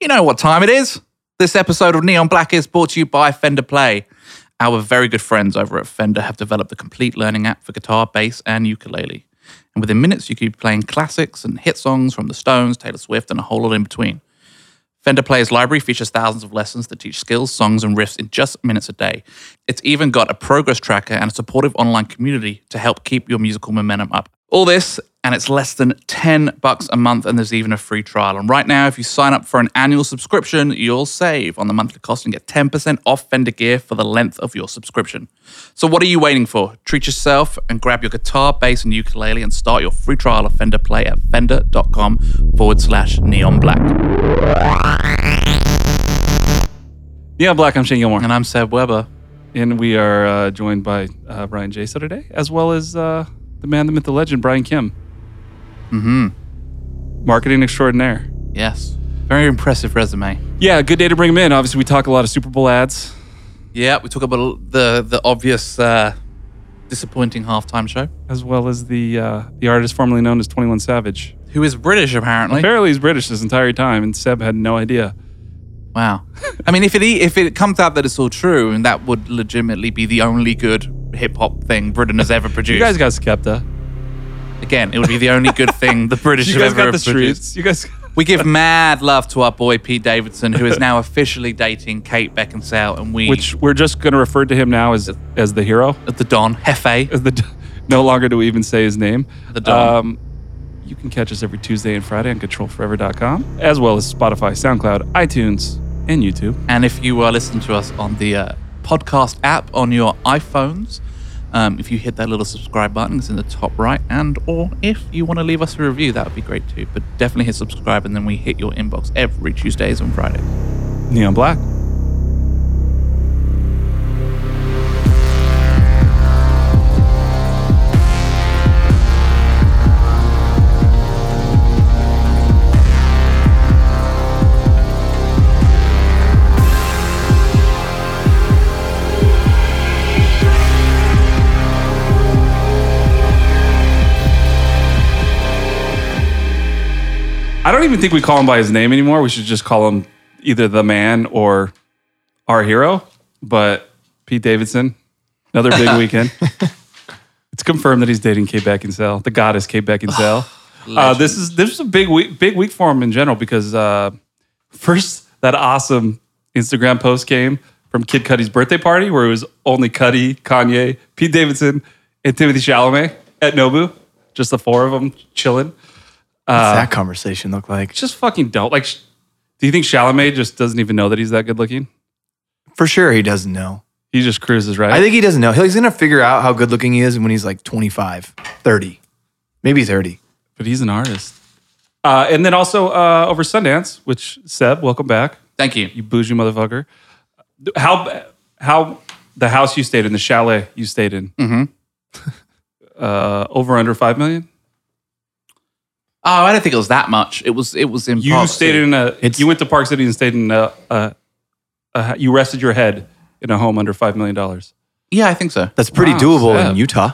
You know what time it is. This episode of Neon Black is brought to you by Fender Play. Our very good friends over at Fender have developed a complete learning app for guitar, bass, and ukulele. And within minutes, you could be playing classics and hit songs from the Stones, Taylor Swift, and a whole lot in between. Fender Player's library features thousands of lessons that teach skills, songs, and riffs in just minutes a day. It's even got a progress tracker and a supportive online community to help keep your musical momentum up. All this, and it's less than 10 bucks a month, and there's even a free trial. And right now, if you sign up for an annual subscription, you'll save on the monthly cost and get 10% off Fender gear for the length of your subscription. So, what are you waiting for? Treat yourself and grab your guitar, bass, and ukulele and start your free trial of Fender Play at fender.com forward slash neon black. Yeah, Black, I'm Shane Gilmore. And I'm Seb Weber. And we are uh, joined by uh, Brian J. today, as well as uh, the man, the myth, the legend, Brian Kim. Mm-hmm. Marketing extraordinaire. Yes. Very impressive resume. Yeah, good day to bring him in. Obviously, we talk a lot of Super Bowl ads. Yeah, we talk about the the obvious uh, disappointing halftime show. as well as the uh, the artist formerly known as 21 Savage. Who is British apparently? Apparently, he's British this entire time, and Seb had no idea. Wow. I mean, if it e- if it comes out that it's all true, and that would legitimately be the only good hip hop thing Britain has ever produced. You guys got Skepta. Again, it would be the only good thing the British You have guys ever got the produced. streets. You guys. We give mad love to our boy Pete Davidson, who is now officially dating Kate Beckinsale, and we Which we're just going to refer to him now as as the hero. the Don Hefe. As the no longer do we even say his name. The Don. Um, you can catch us every Tuesday and Friday on ControlForever.com, as well as Spotify, SoundCloud, iTunes, and YouTube. And if you are listening to us on the uh, podcast app on your iPhones, um, if you hit that little subscribe button, it's in the top right. And or if you want to leave us a review, that would be great too. But definitely hit subscribe, and then we hit your inbox every Tuesdays and Fridays. Neon Black. I don't even think we call him by his name anymore. We should just call him either the man or our hero. But Pete Davidson, another big weekend. It's confirmed that he's dating Kate Beckinsale, the goddess Kate Beckinsale. uh, this is this is a big week, big week for him in general because uh, first that awesome Instagram post came from Kid Cudi's birthday party where it was only Cudi, Kanye, Pete Davidson, and Timothy Chalamet at Nobu, just the four of them chilling. What's that conversation look like? It's just fucking dope. Like, sh- do you think Chalamet just doesn't even know that he's that good looking? For sure, he doesn't know. He just cruises, right? I think he doesn't know. He's going to figure out how good looking he is when he's like 25, 30, maybe 30. but he's an artist. Uh, and then also uh, over Sundance, which Seb, welcome back, Thank you. you bougie motherfucker. How how the house you stayed in, the chalet you stayed in, mm-hmm. uh, over under five million. Oh, I don't think it was that much. It was. It was in. You Park stayed City. in a. It's- you went to Park City and stayed in a. a, a you rested your head in a home under five million dollars. Yeah, I think so. That's pretty Wow, doable Seb. in Utah.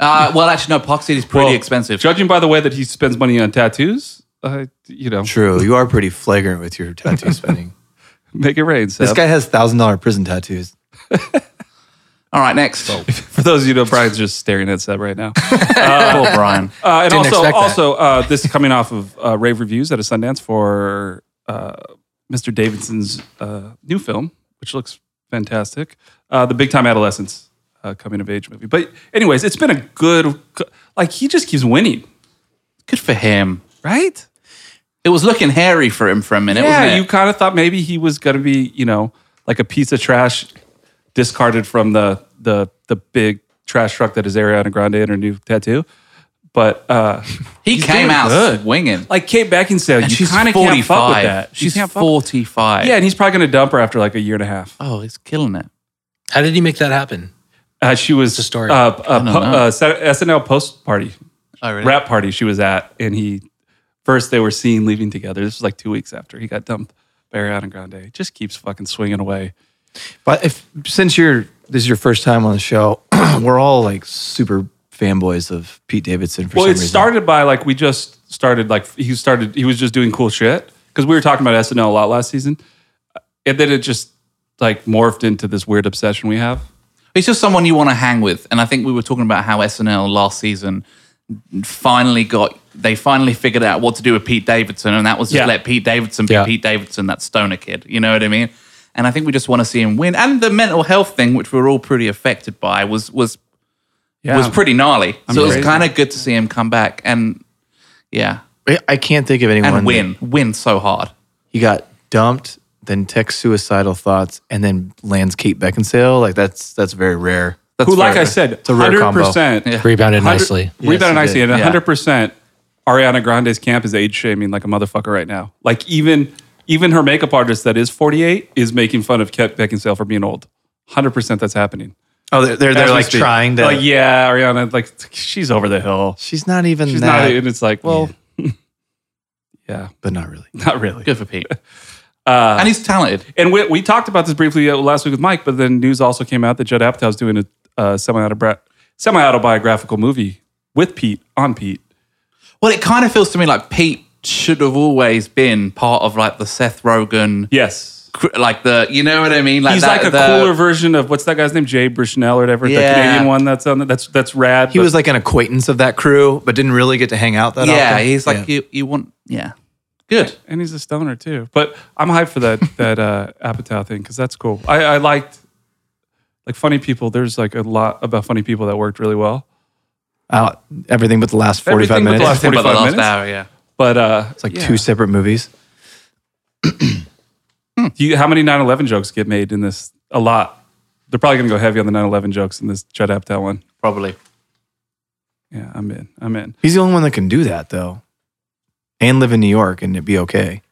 Uh, well, actually, no. Park City's pretty Well, expensive. Judging by the way that he spends money on tattoos, uh, you know, True. You are pretty flagrant with your tattoo spending. make it rain. Seb. this guy has $1,000 prison tattoos. All right, next. For those of you who know, Brian's just staring at Seb right now. Poor Brian. Uh, and Didn't also, expect that. also uh, this is coming off of uh, rave reviews at a Sundance for uh, Mr. Davidson's uh, new film, which looks fantastic, uh, the Big Time Adolescence uh, coming of age movie. But anyways, it's been a good, like he just keeps winning, Good for him. right? It was looking hairy for him for a minute. wasn't Yeah, it? you kind of thought maybe he was gonna be, you know, like a piece of trash discarded from the the the big trash truck that is Ariana Grande and her new tattoo. But uh he he's came doing out good. swinging. like Kate Beckinsale, And you she's kind of can't fuck with that. You She's can't fuck- 45. Yeah, and he's probably gonna dump her after like a year and a half. Oh, he's killing it. How did he make that happen? Uh, she was a story. Uh, a po- know. uh, Sat- SNL post party Oh, really? rap party she was at, and he first they were seen leaving together. This was like two weeks after he got dumped by Ariana Grande. He just keeps fucking swinging away. But if since you're this is your first time on the show, we're all like super fanboys of Pete Davidson for well some it reason. started by like we just started like he started he was just doing cool shit because we were talking about SNL a lot last season, and then it just like morphed into this weird obsession we have. It's just someone you want to hang with. And I think we were talking about how SNL last season finally got, they finally figured out what to do with Pete Davidson. And that was just Yeah. let Pete Davidson be Yeah. Pete Davidson, that stoner kid. You know what I mean? And I think we just want to see him win. And the mental health thing, which we were all pretty affected by, was was Yeah, was pretty gnarly. so it was crazy. kind of good to see him come back. And yeah, I- I can't think of anyone. and that- win, win so hard. He got dumped, then texts suicidal thoughts, and then lands Kate Beckinsale. Like that's that's very rare. That's who, like fair. I said, a rare hundred percent Yeah. Rebounded nicely. rebounded he nicely, did. and Yeah. hundred percent. Ariana Grande's camp is age shaming like a motherfucker right now. Like even even her makeup artist that is forty eight is making fun of Kate Beckinsale for being old. Hundred percent, that's happening. Oh, they're they're, As we like speak. trying to. Like, yeah, Ariana, like she's over the hill. She's not even She's that, not, and it's like, well, yeah, but not really. not really. Good for Pete. Uh, and he's talented. and we, we talked about this briefly uh, last week with Mike, but then news also came out that Judd Apatow's doing a uh, semi semi autobiographical movie with Pete on Pete. Well, it kind of feels to me like Pete should have always been part of like the Seth Rogen, Yes. cr- like the, you know what I mean? Like He's that- like a the- cooler version of what's that guy's name, Jay Bushnell or whatever, Yeah. the Canadian one that's on the, that's that's rad. He but- was like an acquaintance of that crew, but didn't really get to hang out that Yeah, often. he's like Yeah. you. You want yeah, good. and he's a stoner too. But I'm hyped for that that uh, Apatow thing because that's cool. I, I liked like funny people. There's like a lot about funny people that worked really well. out everything but the last forty five Everything but the minutes. last- Think about the 45 last minutes? hour, yeah. But uh, it's like two separate movies. do you, how many 9/11 jokes get made in this? A lot. They're probably gonna go heavy on the 9/11 jokes in this Judd Apatow one. Probably. Yeah, I'm in. I'm in. He's the only one that can do that though, and live in New York and it'd be okay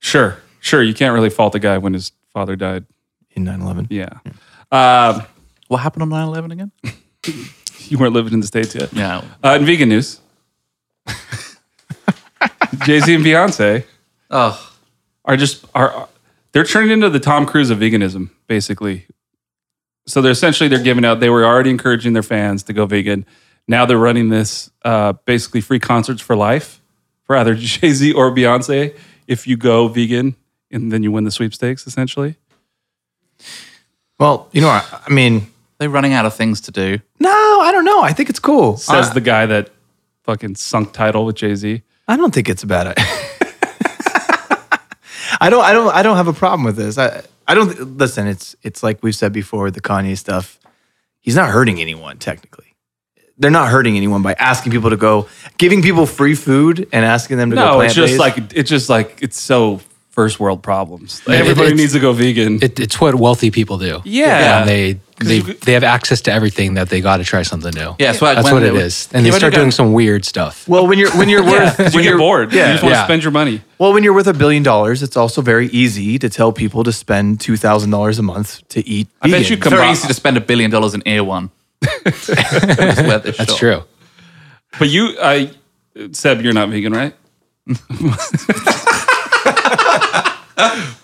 Sure, sure. You can't really fault the guy when his father died. in 9-11. Yeah. Um, What happened on 9-11 again? you weren't living in the states yet. Yeah. Uh, in vegan news, Jay Z and Beyonce. Oh, are just are- are they're turning into the Tom Cruise of veganism, basically. So they're essentially they're giving out. They were already encouraging their fans to go vegan. Now they're running this uh, basically free concerts for life for either Jay Z or Beyonce if you go vegan and then you win the sweepstakes. Essentially, Well, you know, I, I mean, they're running out of things to do. no, I don't know. I think it's cool. says I, the guy that fucking sunk title with Jay Z. I don't think it's a bad idea. I don't. I don't. I don't have a problem with this. I. I don't listen. It's. It's like we've said before. The Kanye stuff. He's not hurting anyone technically. They're not hurting anyone by asking people to go, giving people free food and asking them to go. No, it's just plant-based. like it's just like it's so first world problems. it- Everybody it's- needs to go vegan. It, it's what wealthy people do. Yeah. And they they, you could- they have access to everything that they got to try something new. Yeah, that's what- that's when what it they- is. And they Yeah, start when you doing got- some weird stuff. Well, when you're when you're worth you when get you're, bored. you Yeah. just want to Yeah. spend your money. Well, when you're worth a billion dollars, it's also very easy to tell people to spend two thousand dollars a month to eat. I bet you vegan. It's very Combine- easy to spend a billion dollars in ear one. That's true. But you, I, Seb, you're not vegan, right?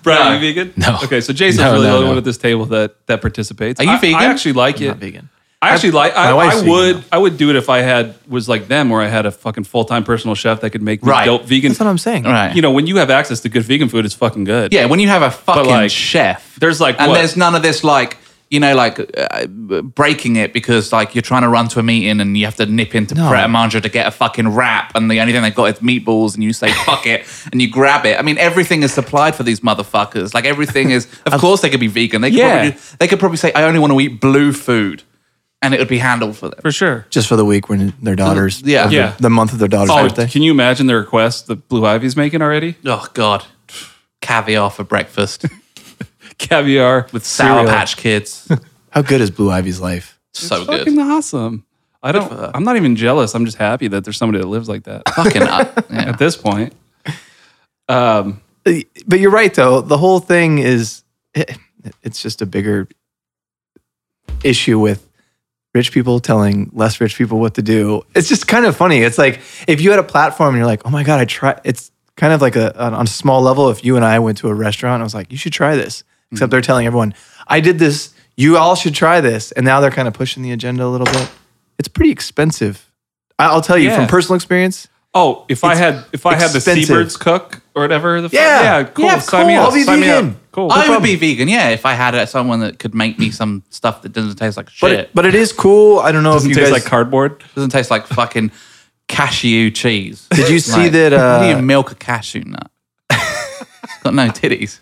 Brad, are you vegan? No. Okay, so Jason's No, really the no, only no. one at this table that that participates. Are you I- vegan? I actually like it. not vegan. I actually like. I, my wife's I vegan, would. I would do it if I had was like them, where I had a fucking full time personal chef that could make me Right. dope vegan. That's what I'm saying. Right. You know, when you have access to good vegan food, it's fucking good. Yeah, when you have a fucking like, chef, there's like and what? there's none of this like you know like uh, breaking it because like you're trying to run to a meeting and you have to nip into No. Pret a Manger to get a fucking wrap and the only thing they've got is meatballs and you say fuck it and you grab it. I mean everything is supplied for these motherfuckers. Like everything is. Of course they could be vegan. They could Yeah. probably do, they could probably say I only want to eat blue food, and it would be handled for them. for sure. just for the week when their daughters, Yeah. or the- Yeah. the, month of their daughter's Oh, birthday. can you imagine the request that Blue Ivy's making already? Oh god, caviar for breakfast Caviar with Sour cereal. Patch Kids. How good is Blue Ivy's life? so good. fucking awesome. I don't. I'm not even jealous. I'm just happy that there's somebody that lives like that. Fucking up. Yeah. At this point, Uh, But you're right, though. The whole thing is, it- it's just a bigger issue with rich people telling less rich people what to do. It's just kind of funny. It's like if you had a platform and you're like, oh my god, I try. It's kind of like a on on a small level. If you and I went to a restaurant, and I was like, you should try this. Except Mm-hmm. they're telling everyone, I did this. You all should try this. And now they're kind of pushing the agenda a little bit. It's pretty expensive. I- I'll tell you Yeah. from personal experience. Oh, if I had if I had the expensive. seabirds cook or whatever. The fuck- Yeah. yeah, cool. Yeah, of Sign me course. up. I'll be Sign me vegan. up. Cool. I would be vegan, yeah, if I had uh, someone that could make me some stuff that doesn't taste like shit. But it, but it is cool. I don't know Doesn't if you taste guys like cardboard. doesn't taste like fucking cashew cheese. Did you see Like, that? how do you Uh, milk a cashew nut? It's Got no titties.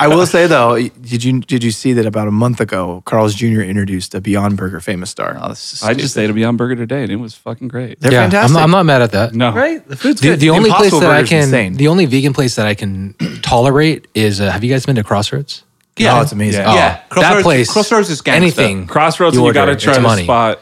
I will say though, did you did you see that about a month ago, Carl's Jr. introduced a Beyond Burger famous star. Oh, this is I just ate a Beyond Burger today, and it was fucking great. They're yeah, I'm- fantastic. I'm, not mad at that. No, right. The food's The, good. the only place Impossible that I Burger's can, insane. the only vegan place that I can tolerate is. Uh, have you guys been to Crossroads? Oh, it's amazing. Yeah. Yeah, Crossroads- that place. Crossroads is gangster. anything. Crossroads. You You, order got to it, try it's to money. spot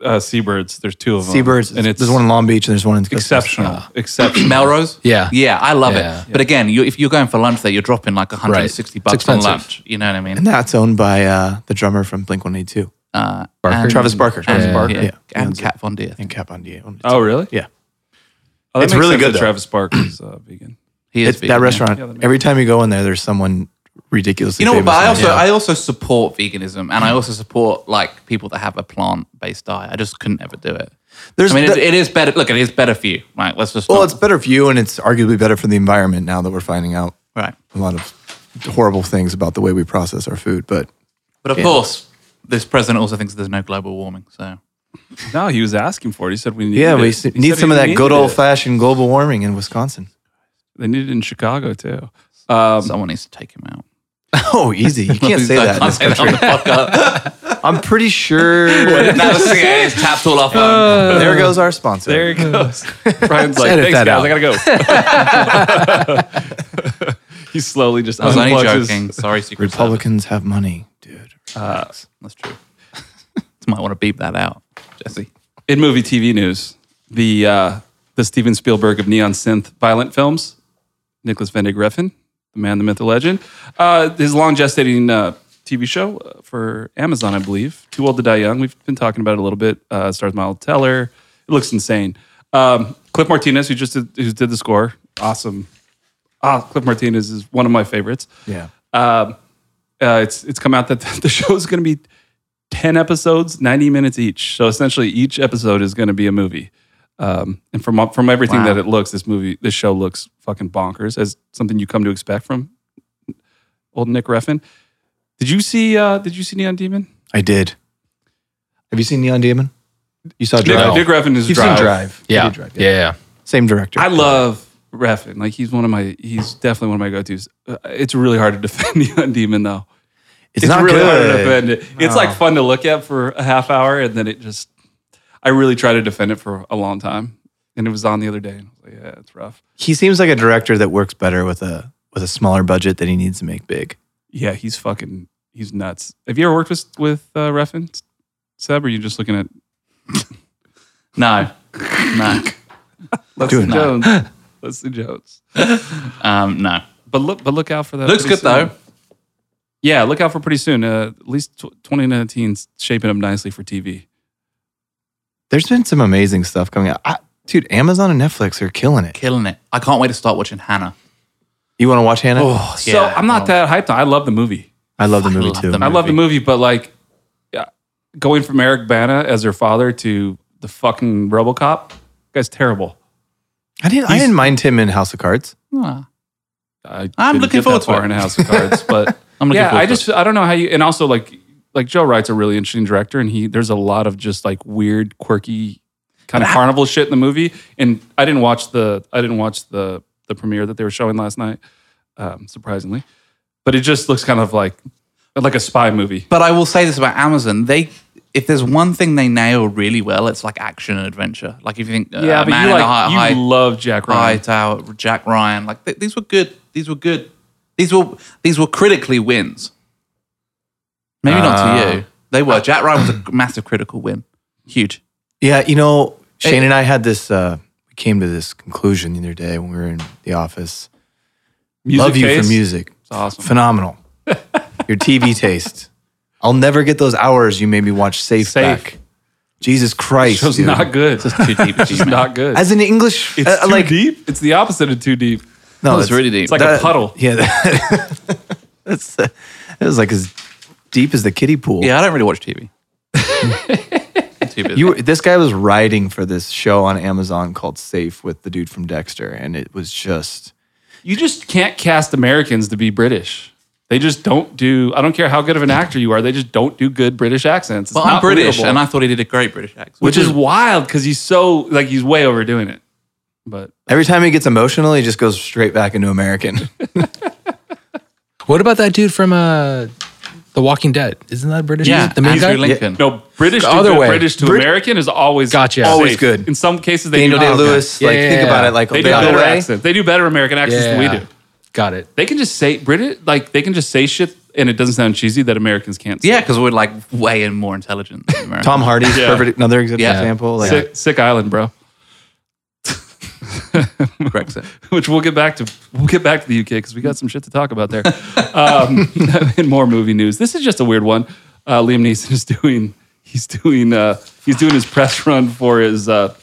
uh, seabirds. There's two of them. Seabirds, and it's there's one in Long Beach and there's one in exceptional. Exceptional. Melrose? Yeah. Yeah, I love Yeah. it. But again, you, if you're going for lunch there, you're dropping like 160 It's bucks on expensive. lunch. You know what I mean? And that's owned by uh, the drummer from Blink One Eight Two, Uh, Barker? and- Travis Barker. Travis and- Barker. Yeah, Yeah. And Yeah. Kat Von D. I think. and Cap on D. owned it. Oh, really? yeah. Oh, that It's makes really sense good, that though. Travis Barker is uh, vegan. He is It's- vegan, that yeah. restaurant. Yeah, that makes every time you go in there, there's someone ridiculously. You know, famous but I in also there. I also support veganism and I also support like people that have a plant based diet. I just couldn't ever do it. there's I mean, the- it, it is better. Look, it is better for you. Right? Let's just. well, not- it's better for you, and it's arguably better for the environment now that we're finding out right. a lot of horrible things about the way we process our food. But But of course, this president also thinks there's no global warming. So No, he was asking for it. He said we need. yeah, it. we He need said some he of that good needed old it. fashioned global warming in Wisconsin. They need it in Chicago too. Um, someone needs to take him out. Oh, easy. You can't say that. in I this say that on country. the podcast. I'm pretty sure. Now the singer is tapped all off. there goes our sponsor. there it goes. Brian's like, Edit thanks that guys, out." I gotta go. he slowly just I was only unplugs his- joking. Sorry, Secret Service. Republicans have money, dude. That's true. Might want to beep that out, Jesse. in movie TV news, the uh, the Steven Spielberg of neon synth violent films, Nicholas Van de Greffen, the man, the myth, the legend. Uh, his long gestating uh, TV show uh, for Amazon, I believe, Too Old to Die Young. We've been talking about it a little bit. Uh, stars Miles Teller. It looks insane. Um, Cliff Martinez, who just did, who did the score, awesome. Ah, Cliff Martinez is one of my favorites. Yeah. Um, uh, it's it's come out that the show is going to be ten episodes, ninety minutes each. So essentially, each episode is going to be a movie. Um, and from from everything that it looks, this movie, this show looks fucking bonkers, as something you come to expect from old Nick Reffin. Did you see? Uh, did you see Neon Demon? I did. Have you seen Neon Demon? You saw Nick, Drive. Nick Reffin is You've Drive. seen Drive. You Yeah. did Drive, yeah, yeah. Same director. I love Reffin. Like he's one of my. He's definitely one of my go tos. Uh, it's really hard to defend Neon Demon though. it's, it's, not really good. hard to defend it. It's like fun to look at for a half hour, and then it just. I really tried to defend it for a long time, and it was on the other day, and I was like, "Yeah, it's rough." He seems like a director that works better with a with a smaller budget that he needs to make big. Yeah, he's fucking, he's nuts. Have you ever worked with with uh, Reffin, Seb? Or are you just looking at No, no, Leslie Dude. Jones? Leslie Jones. um, no. But look, but look out for that. Looks pretty good though. soon. Yeah, look out for pretty soon. Uh, at least tw 2019's shaping up nicely for TV. There's been some amazing stuff coming out. I, dude, Amazon and Netflix are killing it. Killing it. I can't wait to start watching Hannah. You want to watch Hannah? so I'm not that hyped. on- I love the movie. I love the movie love too. them. I love the movie, but like yeah, going from Eric Bana as her father to the fucking RoboCop guy's terrible. I didn't. I didn't mind him in House of Cards. Ah, I I'm didn't looking get forward that to far it. in House of Cards, but I'm looking yeah, forward I to just I don't know how you and also like like Joe Wright's a really interesting director, and he there's a lot of just like weird, quirky kind of carnival shit in the movie. And I didn't watch the I didn't watch the the premiere that they were showing last night, um, surprisingly, but it just looks kind of like like a spy movie. But I will say this about Amazon: they, if there's one thing they nail really well, it's like action and adventure. Like if you think, uh, Yeah, but Man you in like a High, you High- love Jack Ryan. High Tower, Jack Ryan, like th- these were good. These were good. These were these were critically wins. Maybe not Uh. to you. They were. Jack Ryan was a massive critical win. Huge. Yeah, you know, Shane and I had this. Uh, we came to this conclusion the other day when we were in the office. Music love you taste? for music. It's awesome. Phenomenal. Your TV taste. I'll never get those hours you made me watch Safe, Safe. back. Jesus Christ. Show's dude. not good. It's Too deep. It's just not good. As an English, it's uh, too like, deep. It's the opposite of too deep. no, It's that's- really deep. It's like a puddle. Yeah, that- that's uh, it was like as deep as the kiddie pool. yeah, I don't really watch TV. too busy. You, this guy was writing for this show on Amazon called Safe with the dude from Dexter, and it was just You just can't cast Americans to be British. They just don't do. I don't care how good of an actor you are. They just don't do good British accents. It's well, I'm not British, believable. and I thought he did a great British accent. which is wild because he's so like he's way overdoing it. But every time he gets emotional, he just goes straight back into American. What about that dude from uh, The Walking Dead? Isn't that British? yeah, the main Andrew guy. Lincoln. ah, no, British to other good- way. British to Brit- American is always Gotcha. safe. Always good. In some cases, they Daniel do, Day oh, Lewis, Yeah, like yeah, think yeah. about it, like They do the better other way. accents. They do better American accents than we do. Got it. They can just say British like they can just say shit and it doesn't sound cheesy that Americans can't. Say. yeah, because we're like way in more intelligent. Than America. Tom Hardy's Yeah. perfect another ex- Yeah. example. Like, sick, sick island, bro. Brexit. which we'll get back to. We'll get back to the UK because we got some shit to talk about there. um, in more movie news, this is just a weird one. Uh, Liam Neeson is doing. He's doing. Uh, he's doing his press run for his. Uh,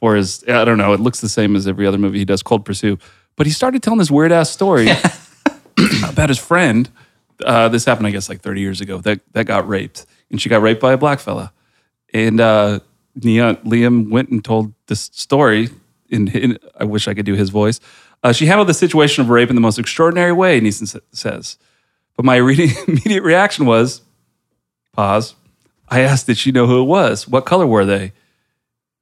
for his, I don't know. It looks the same as every other movie he does, Cold Pursue. But he started telling this weird ass story about his friend. Uh, this happened, I guess, like 30 years ago. That that got raped, and she got raped by a black fella. And uh, Nia, Liam went and told this story. In, in I wish I could do his voice. Uh, she handled the situation of rape in the most extraordinary way, Neeson sa- says. But my re- immediate reaction was pause. I asked, did she know who it was? What color were they?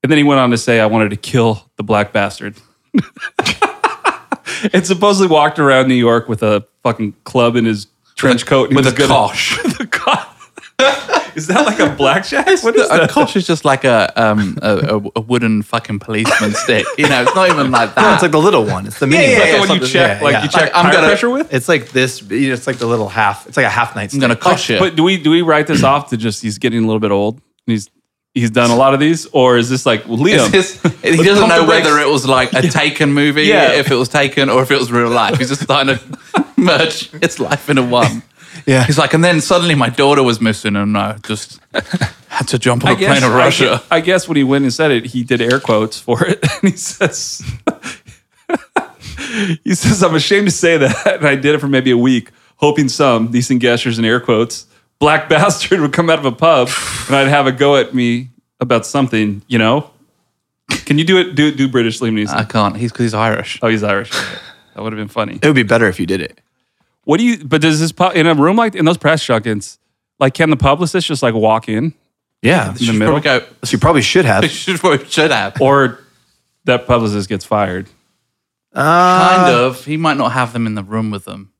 And then he went on to say, I wanted to kill the black bastard. and supposedly walked around New York with a fucking club in his trench coat and with he a was gonna- kosh. the co- is that like a blackjack? What is A that? kosh is just like a um a, a, a wooden fucking policeman stick. You know, it's not even like that. no, it's like the little one. It's the mini. Is one. that the one you Something- check? yeah, like yeah. you check Like, I'm tire gonna- pressure with? It's like this. you know, It's like the little half. It's like a half night. I'm gonna stick. kosh it. But do we do we write this off to just he's getting a little bit old? and He's he's done a lot of these, or is this like well, It's Liam? just- he doesn't Pump know the brakes. whether it was like a taken movie, Yeah. if it was taken or if it was real life. He's just starting to merge his life into one. Yeah. He's like, and then suddenly my daughter was missing, and I just had to jump on a I guess, plane to I Russia. gu- I guess when he went and said it, he did air quotes for it, and he says, he says, I'm ashamed to say that, and I did it for maybe a week, hoping some decent gestures and air quotes, black bastard would come out of a pub, and I'd have a go at me about something, you know. Can you do it? Do do British Liam Neeson? I can't. He's because he's Irish. oh, he's Irish. Okay. That would have been funny. It would be better if you did it. What do you? But does this pub in a room like in those press shotguns? Like, can the publicist just like walk in Yeah. in the So middle, Probably go. you probably should have. "We Should, we should have. Or or that publicist gets fired? Uh, kind Uh, of. He might not have them in the room with them.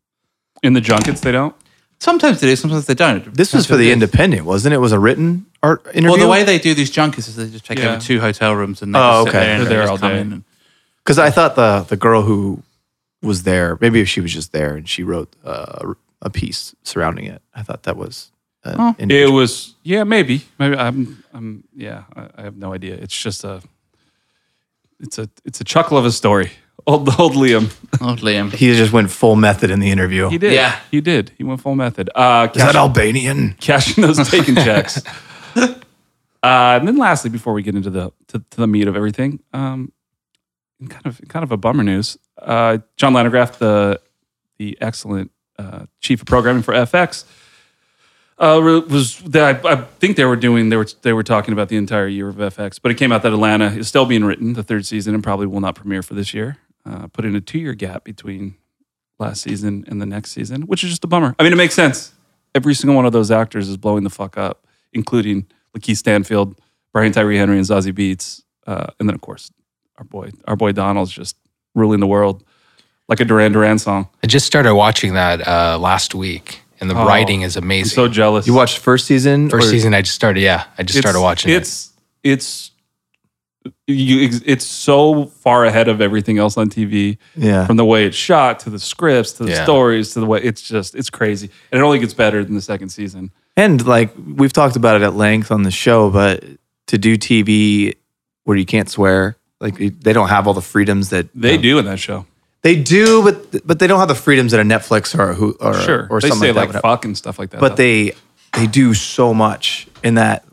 In the junkets, they don't. Sometimes they do. Sometimes they don't. This was for the Independent, wasn't it? It was a written art interview. Well, the way they do these junkets is they just take Yeah. over two hotel rooms and they just Oh, sit okay. there and They're there just all come day. in and- Because I thought the the girl who was there, maybe if she was just there and she wrote uh, a piece surrounding it, I thought that was. Uh, It individual. was, yeah, maybe, maybe. I'm, I'm, yeah, I, I have no idea. It's just a, it's a, it's a chuckle of a story. Old, old Liam, oh, Liam. he just went full method in the interview. he did, Yeah. he did, he went full method. Uh, Is that cash- Albanian? cashing those taken checks. Uh, and then, lastly, before we get into the to, to the meat of everything, um, and kind of kind of a bummer news. Uh, John Landgraf, the the excellent uh, chief of programming for FX, uh, re- was that I, I think they were doing they were they were talking about the entire year of FX, but it came out that Atlanta is still being written the third season and probably will not premiere for this year. Uh, put in a two year gap between last season and the next season, which is just a bummer. I mean, it makes sense. Every single one of those actors is blowing the fuck up, including Lakeith Stanfield, Brian Tyree Henry, and Zazie Beats, uh, and then of course our boy, our boy Donald's just ruling the world like a Duran Duran song. I just started watching that uh, last week, and the Oh, writing is I'm amazing. so jealous. You watched first season? First or- season, I just started. Yeah, I just started watching it. it's, It's it's you, it's so far ahead of everything else on TV. Yeah. from the way it's shot to the scripts to the Yeah. stories to the way it's just it's crazy and it only gets better than the second season And like we've talked about it at length on the show, but to do TV where you can't swear, like you- they don't have all the freedoms that they do in that show They do, but but they don't have the freedoms that a Netflix or a who or, sure or they say something like that. like, would have. fuck and stuff like that but they they do so much in that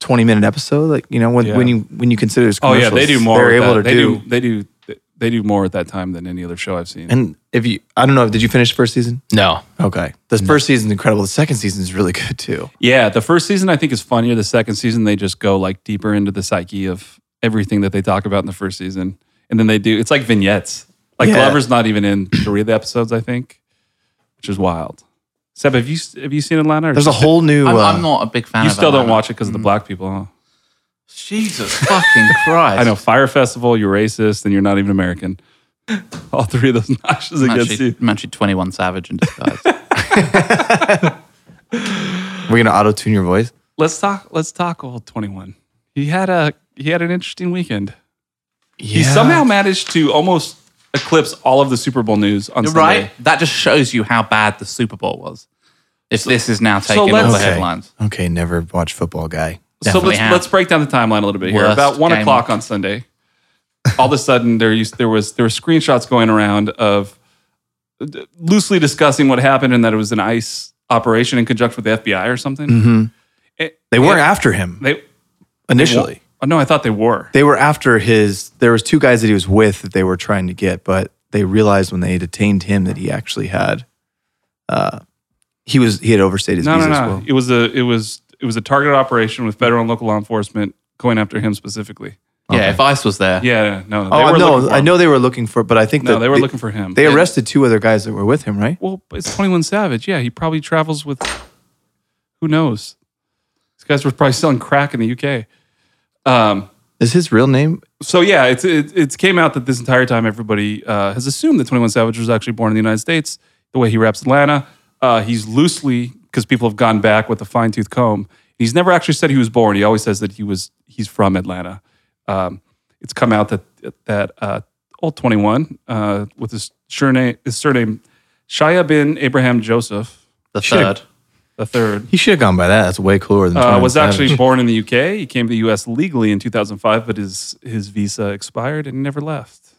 twenty minute episode. Like you know when Yeah. when you when you consider those oh yeah they commercials, do more They're with able that. to they do, they do they do more at that time than any other show I've seen. And if you, I don't know, did you finish the first season? No. Okay. The first season's incredible. The second season's really good too. yeah, the first season I think is funnier. The second season they just go like deeper into the psyche of everything that they talk about in the first season, and then they do it's like vignettes. Like Yeah. Glover's not even in three of the episodes I think, which is wild. Seb, have you have you seen Atlanta? Or There's a whole new. I'm, uh, I'm not a big fan. you of still don't Atlanta. watch it because of the black people, huh? Jesus fucking Christ! I know Fire Festival, you're racist, and you're not even American. All three of those notches I'm against actually, you. I'm actually 21 Savage in disguise. We're gonna auto tune your voice. Let's talk. Let's talk old 21. He had a he had an interesting weekend. He somehow managed to almost eclipse all of the Super Bowl news on Sunday. right? That just shows you how bad the Super Bowl was. If this is now taking all let's- the Okay. headlines, Okay, never watch football, guy. so Definitely let's have. let's break down the timeline a little bit here. Worst About one game. o'clock on Sunday, all of a sudden there used there was there were screenshots going around of uh, loosely discussing what happened and that it was an ICE operation in conjunction with the FBI or something. Mm-hmm. It- They weren't it- after him They initially. Oh, no, I thought they were. They were after his. There was two guys that he was with that they were trying to get, but they realized when they detained him that he actually had. Uh, he was he had overstayed his no, no, visa no. as well. It was a it was it was a targeted operation with federal and local law enforcement going after him specifically. yeah, if ICE was there, Yeah, no, they Oh were looking no, for I him. know they were looking for, but I think No, that they were they, looking for him. They arrested two other guys that were with him, right? well, it's Twenty One Savage. Yeah, he probably travels with. Who knows? These guys were probably selling crack in the UK. Um, Is his real name? so yeah, it's it, it's came out that this entire time everybody uh, has assumed that Twenty One Savage was actually born in the United States. The way he raps Atlanta, uh, he's loosely because people have gone back with a fine tooth comb. He's never actually said he was born. He always says that he was he's from Atlanta. Um, it's come out that that uh, old Twenty One uh, with his surname his surname Shia bin Abraham Joseph the Sure. third. the third He should have gone by that. That's way cooler than. uh, 21 was Savage. actually born in the UK. He came to the US legally in 2005, but his his visa expired and he never left.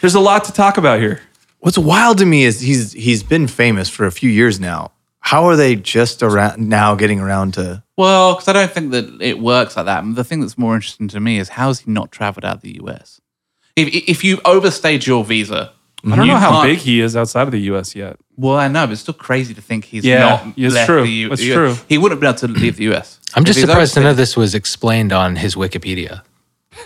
There's a lot to talk about here. What's wild to me is he's he's been famous for a few years now. How are they just around now getting around to? Well, because I don't think that it works like that. And the thing that's more interesting to me is how's he not traveled out of the US? If, if you overstayed your visa, I don't you know how can't- big he is outside of the US yet. Well, I know, but it's still crazy to think he's Yeah, not. it's left true. The U- It's U- true. He wouldn't have been able to leave the US. I'm If just he's surprised overstayed- none of this was explained on his Wikipedia.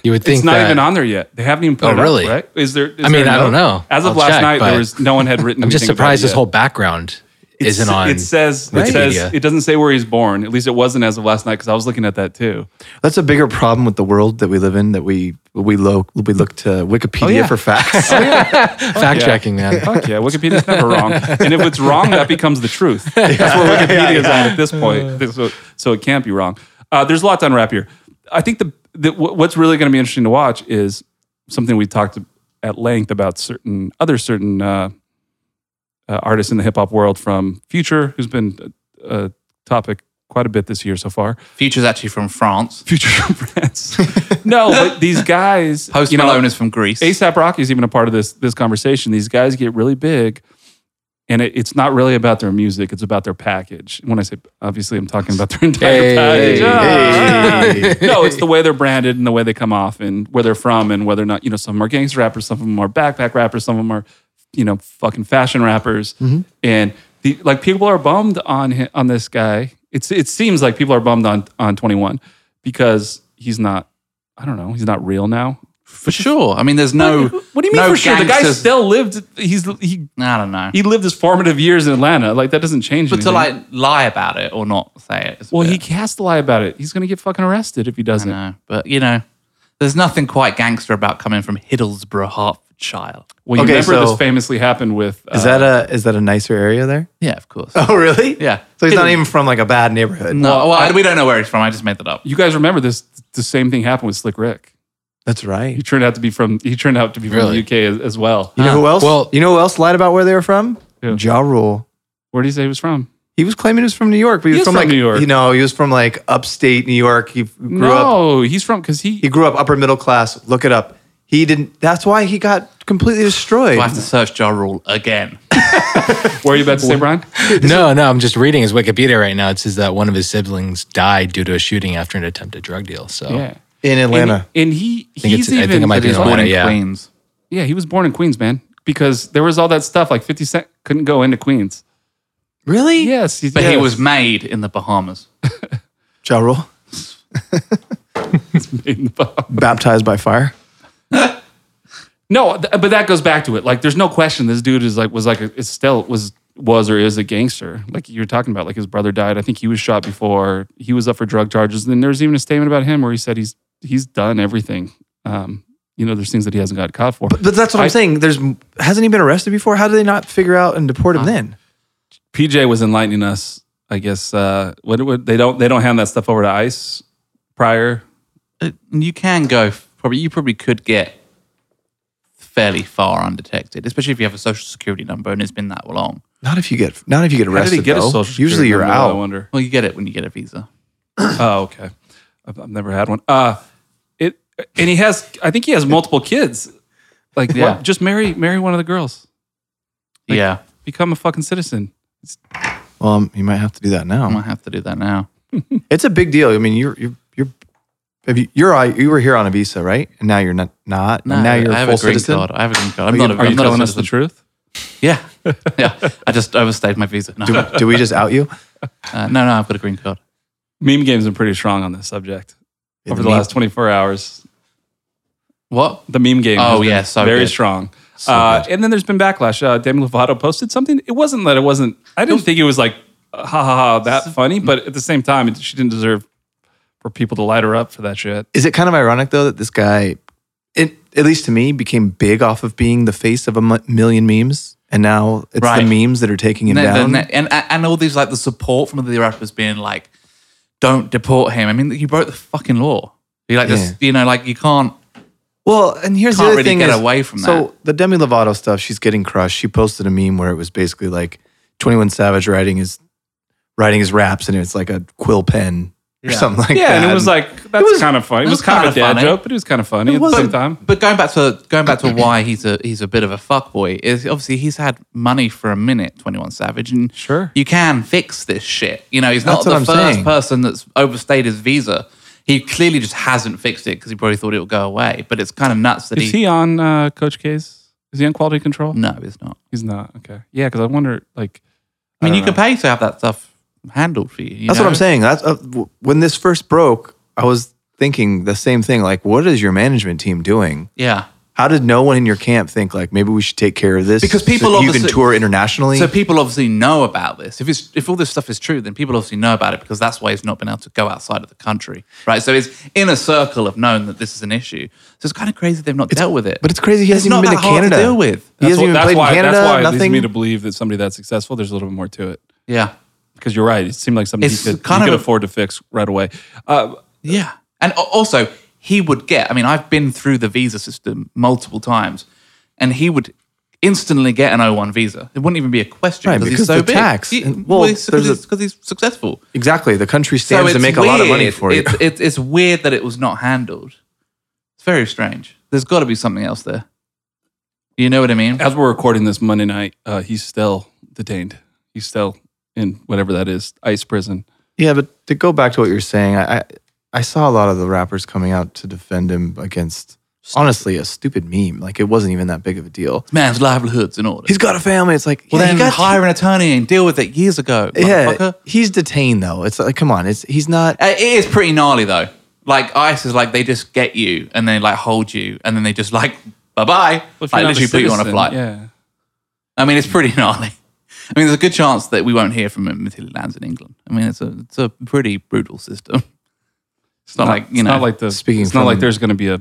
You would think It's not that, even on there yet. They haven't even put Oh, it up, really? right? Is there? is I mean, there a I don't note? know. As of I'll last check, night, there but was no one had written. I'm just anything about it surprised this yet. whole background It's- isn't on. It says it says Wikipedia. it doesn't say where he's born. At least it wasn't as of last night because I was looking at that too. That's a bigger problem with the world that we live in. That we we look we look to Wikipedia yeah. for facts. oh, fact checking, man. Fuck yeah, Wikipedia's never wrong. And if it's wrong, that becomes the truth. That's where Wikipedia is at at this point. Mm. This- So, so it can't be wrong. Uh, there's a lot to unwrap here. I think the, the wh- what's really going to be interesting to watch is something we talked at length about certain other certain uh, uh, artists in the hip hop world from Future, who's been uh, a, a topic quite a bit this year so far. Future's actually from France. Future from France. no, but these guys, Post you know, Malone is from Greece. ASAP Rocky is even a part of this this conversation. These guys get really big, and it, it's not really about their music; it's about their package. When I say, obviously, I'm talking about their entire Hey, package. Ah. hey. No, it's the way they're branded and the way they come off, and where they're from, and whether or not you know some are gangster rappers, some of them are backpack rappers, some of them are you know fucking fashion rappers, and the, like people are bummed on hi- on this guy. It's it seems like people are bummed on on 21 because he's not. I don't know. He's not real now. for sure. I mean, there's no. What do you mean no for sure? The guy gangsters- still lived. He's he I don't know. he lived his formative years in Atlanta. Like that doesn't change. but to anything. like lie about it or not say it. is a well, bit- he has to lie about it. He's gonna get fucking arrested if he I doesn't. know, but you know, there's nothing quite gangster about coming from Hiddlesborough, Hertfordshire. Well, you Okay, remember so- this famously happened with. Uh, Is that a is that a nicer area there? Yeah, of course. Oh really? Yeah. So he's not even from like a bad neighborhood. no, well, I- we don't know where he's from. I just made that up. you guys remember this? The same thing happened with Slick Rick. That's He right. turned out to be from. He turned out to be from the Really? UK as, as well. You know who Huh. else? Well- you know who else lied about where they were from? Who? Ja Rule. Where did he say he was from? He was claiming he was from New York, but he was is from, from like New York. You know, he was from like upstate New York. He grew up no, he's from because he, He grew up upper middle class. Look it up. He didn't. That's why he got completely destroyed. Do I have to search Ja Rule again? Where are you about to say, Brian? No, no, I'm just reading his Wikipedia right now. It says that one of his siblings died due to a shooting after an attempted drug deal. So Yeah, In and, Atlanta. and he. think he's it's- I even. think it might be He's Atlanta, born in yeah. Queens. Yeah, he was born in Queens, man. Because there was all that stuff like 50 Cent couldn't go into Queens. Really? Yeah. Yes. But he yes. was made in the Bahamas. Ja Rule, In the Bahamas. baptized by fire. No, th- but that goes back to it. Like, there's no question this dude is like was like a, is still was was or is a gangster. Like you were talking about, like his brother died. I think he was shot before he was up for drug charges. And then there's even a statement about him where he said he's he's done everything. Um, you know, there's things that he hasn't got caught for. But that's what I, I- am saying. There's hasn't he been arrested before? How did they not figure out and deport him then? PJ was enlightening us. I guess uh, what, what they don't they don't hand that stuff over to ICE prior. Uh, You can go, f- probably, you probably could get fairly far undetected, especially if you have a social security number and it's been that long. Not if you get not if you get How did arrested. he get a though. social? Security Usually you're number, I out. wonder. Well, you get it when you get a visa. oh, okay. I've, I've never had one. Uh, it and he has. I think he has multiple kids. Like, Yeah. what? just marry marry one of the girls. Like- yeah. Become a fucking citizen. Well, um, you might have to do that I now. might have to do that now. It's a big deal. I mean, you're you're you're have you, you're I- you were here on a visa, right? And now you're not not. No, and now you're I have full a green citizen. card. I have a green card. I'm Are not you- a, Are I'm you not a telling us the citizen. truth? Yeah. Yeah. I just overstayed my visa. No. Do, do we just out you? Uh, no, no, I've got a green card. Meme games been pretty strong on this subject over the Meme- last 24 hours. What? The meme game. Oh, has been yeah, so very good. strong. So uh, and then there's been backlash. Uh, Demi Lovato posted something. It wasn't that it wasn't. I didn't think it was like ha ha ha that funny, but at the same time, it, she didn't deserve for people to light her up for that shit. Is it kind of ironic though that this guy, it, at least to me, became big off of being the face of a mu- million memes, and now it's Right. the memes that are taking him No, the- down. no, and and all these like the support from the rappers being like, "Don't deport him." I mean, you broke the fucking law. You like this, you know, like you can't. Well, and here's Can't the other really thing get is- away from So the Demi Lovato stuff, she's getting crushed. She posted a meme where it was basically like Twenty One Savage writing his writing his raps, and it's like a quill pen or Yeah. something like Yeah, that. and it was like that's kind of funny. It was, kind of a dad funny. joke, but it was kind of funny at the was. same time. But going back to going back to why he's a he's a bit of a fuckboy is obviously he's had money for a minute, Twenty One Savage, and Sure. you can fix this shit. You know, he's not That's what the I'm first saying. person that's overstayed his visa. He clearly just hasn't fixed it because he probably thought it would go away. But it's kind of nuts that Is he on uh, Coach K's? Is he on quality control? No, it's not. He's not. Okay. Yeah, because I wonder, like, I mean, don't you could pay to have that stuff handled for you. you That's know? what I'm saying. That's uh, w- when this first broke. I was thinking the same thing. Like, what is your management team doing? Yeah. How did no one in your camp think like maybe we should take care of this? Because people so you can obviously- tour internationally. So people obviously know about this. If it's if all this stuff is true, then people obviously know about it because that's why he's not been able to go outside of the country, right? So his inner circle have known that this is an issue. So it's kind of crazy they've not dealt with it. but it's crazy he It's hasn't not even been that to hard to Canada. deal with. He hasn't what- even played why, in Canada. That's why it leads me to nothing. believe that somebody that's successful, there's a little bit more to it. yeah, Because you're right. It seemed like something he It's could, he kind of could a- afford to fix right away. Uh, yeah. And al- also he would get. I mean, I've been through the visa system multiple times, and he would instantly get an O1 visa. It wouldn't even be a question Right, because he's because so the big. tax. He- And- well, well, because there's a- he's, 'cause he's successful. Exactly, the country stands to it's make a lot of money weird. for you. It's, it's, it's weird that it was not handled. It's very strange. There's got to be something else there. You know what I mean? as we're recording this Monday night, uh, he's still detained. He's still in whatever that is, ICE prison. Yeah, but to go back to what you're saying, I I, I saw a lot of the rappers coming out to defend him against honestly a stupid meme. Like it wasn't even that big of a deal. Man's livelihoods in order. He's got a family. It's like well, yeah, then he got, hire an attorney and deal with it years ago. yeah, motherfucker. he's detained though. It's like come on, it's he's not. Uh, It is pretty gnarly though. Like ICE is like they just get you and they like hold you and then they just like bye bye. Well, if Like you're not literally put you on a citizen, flight. Yeah. I mean, it's pretty gnarly. I mean, there's a good chance that we won't hear from him until he lands in England. I mean, it's a it's a pretty brutal system. It's not, like you it's know, not like the speaking It's not like from- there's going to be a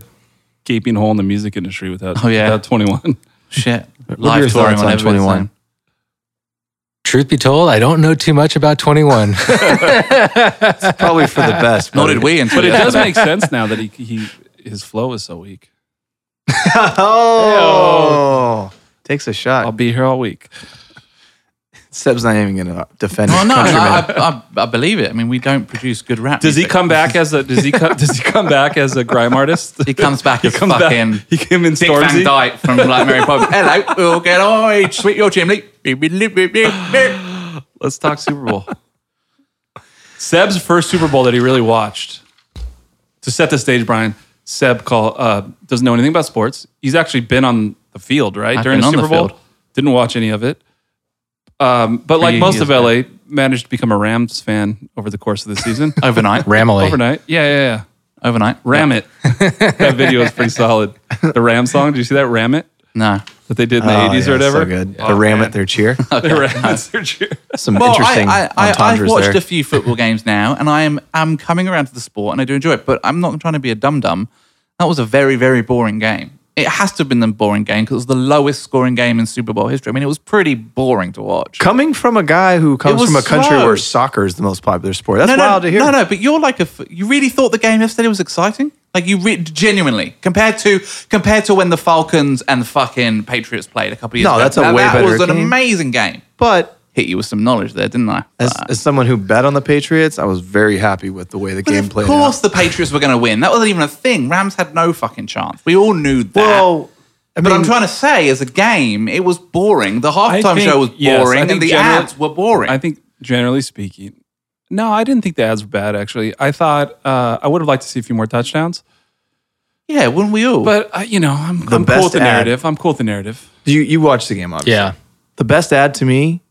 gaping hole in the music industry without Oh, yeah. without 21. Shit. What are your Live touring thoughts on on Everton. 21? Truth be told, I don't know too much about 21. It's probably for the best. Nor but- did we until But it does yesterday. make sense now that he, he his flow is so weak. oh, takes a I'll shot. be here all week. Seb's not even gonna defend. Well, his no, Oh, no, countryman. I, I, I believe it. I mean, we don't produce good rap. Does he music. come back as a does he come, does he come back as a grime artist? He comes back as comes fucking He came in Dick Van Stormzy. Dyke from like Mary Poppins. Hello, we'll get on. Sweet your chimney. Let's talk Super Bowl. Seb's first Super Bowl that he really watched. To set the stage, Brian, Seb call uh, doesn't know anything about sports. He's actually been on the field, right? I've During been the on the Super Bowl. field. Didn't watch any of it. Um, but like you most of years LA, managed to become a Rams fan over the course of the season. Overnight. Ramily. Overnight. Yeah, yeah, yeah. Overnight. Ram it. that video is pretty solid. The Ram song. Did you see that Ram it No. that they did in the Oh, 80s yeah, or so whatever? good. Oh, the ram man. at their cheer. The Ram it's their cheer. Some Well, interesting I, I, I, I've entendres watched there. a few football games now, and I am am coming around to the sport, and I do enjoy it. But I'm not trying to be a dum dum. That was a very very boring game. It has to have been the boring game because it was the lowest scoring game in Super Bowl history. I mean, it was pretty boring to watch. Coming from a guy who comes was from a country slow. where soccer is the most popular sport. That's no, no, wild to hear. no, no. But you're like a. f- You really thought the game yesterday was exciting. Like you re- genuinely compared to compared to when the Falcons and the fucking Patriots played a couple of years No, ago. that's a that, way that better was an game. amazing game. But Hit you with some knowledge there, didn't I? as, as someone who bet on the Patriots, I was very happy with the way the But game of played. out. course, the Patriots were going to win. That wasn't even a thing. Rams had no fucking chance. We all knew that. Well, I but I'm mean- trying to say, as a game, it was boring. The I halftime think- show was yes, I boring, think and the generally- ads were boring. I think generally speaking, no, I didn't think the ads were bad. Actually, I thought uh, I would have liked to see a few more touchdowns. yeah, wouldn't we all? But uh, you know, I'm, The I'm cool with best the ad- narrative. I'm cool with the narrative. You you watched the game, obviously. Yeah. The best ad to me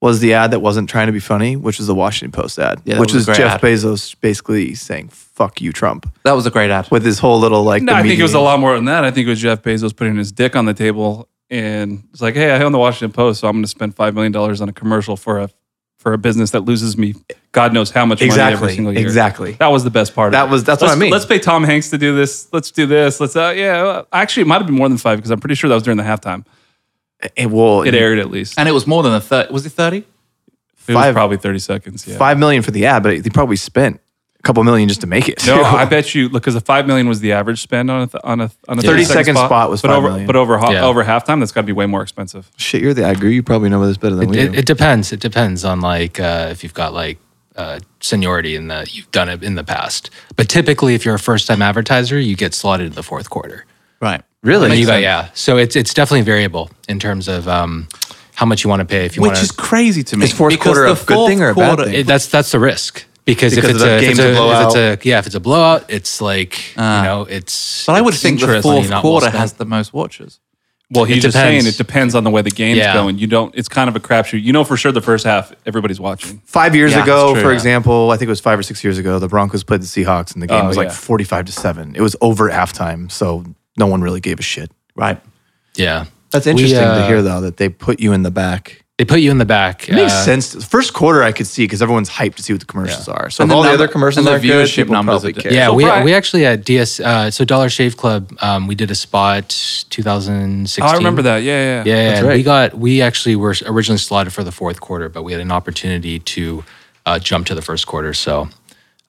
was the ad that wasn't trying to be funny, which was the Washington Post ad, Yeah, that which was was, a great Jeff ad. Bezos basically saying "fuck you, Trump" that was a great ad. with his whole little like. No, the I think it was a media- lot more than that. I think it was Jeff Bezos putting his dick on the table and it's like, hey, I own the Washington Post, so I'm going to spend five million dollars on a commercial for a for a business that loses me, God knows how much money every single Exactly, year. exactly. That was the best part. That of it. was- that's what Let's- I mean. Let's pay Tom Hanks to do this. Let's do this. Let's uh, yeah. well, Actually, it might have been more than five because I'm pretty sure that was during the halftime. Eh, well, It aired at least. and it was more than a thirty. Was it thirty? It was Five- probably 30 seconds. Yeah. five million for the ad, but they probably spent a couple million just to make it. No, I bet you because the five million was the average spend on a th- on a on a 30 30 second spot was but five over million. but over ho- Yeah. over halftime that's got to be way more expensive. shit, you're the agri. You probably know this better than we It, do. it depends. It depends on like uh, if you've got like uh, seniority in the you've done it in the past. But typically, if you're a first time advertiser, you get slotted in the fourth quarter. Right. Really? And you got, yeah. So it's it's definitely variable in terms of um, how much you want to pay. If you Which want is crazy to me. Is fourth because quarter the a good fourth thing or a bad quarter- thing? it, that's that's the risk because, Because if it's of the a, if it's game's a a, if blowout. Ah. it's a yeah if it's a blowout, it's like you know it's. But I would it's think the interest money fourth not well quarter spent. has the most watches. Well, he's It just depends. saying it depends on the way the game's Yeah. going. You don't. It's kind of a crapshoot. You know for sure the first half everybody's watching. Five years Yeah, ago, that's true, for yeah. example, I think it was five or six years ago, the Broncos played the Seahawks, and the game Oh, was like yeah. forty-five to seven. It was over halftime, so no one really gave a shit. Right. yeah. That's We, interesting to uh, hear, though, that they put you in the back. They put you in the back. It makes uh, sense. First quarter, I could see because everyone's hyped to see what the commercials are. So And if the all the number- other and commercials the are good, viewership people numbers probably are di- care. Yeah, So we Brian- we actually at DS uh, so Dollar Shave Club um, we did a spot 2016. Oh, I remember that. Yeah, yeah. Yeah, That's and right. we got we actually were originally slotted for the fourth quarter, but we had an opportunity to uh, jump to the first quarter. So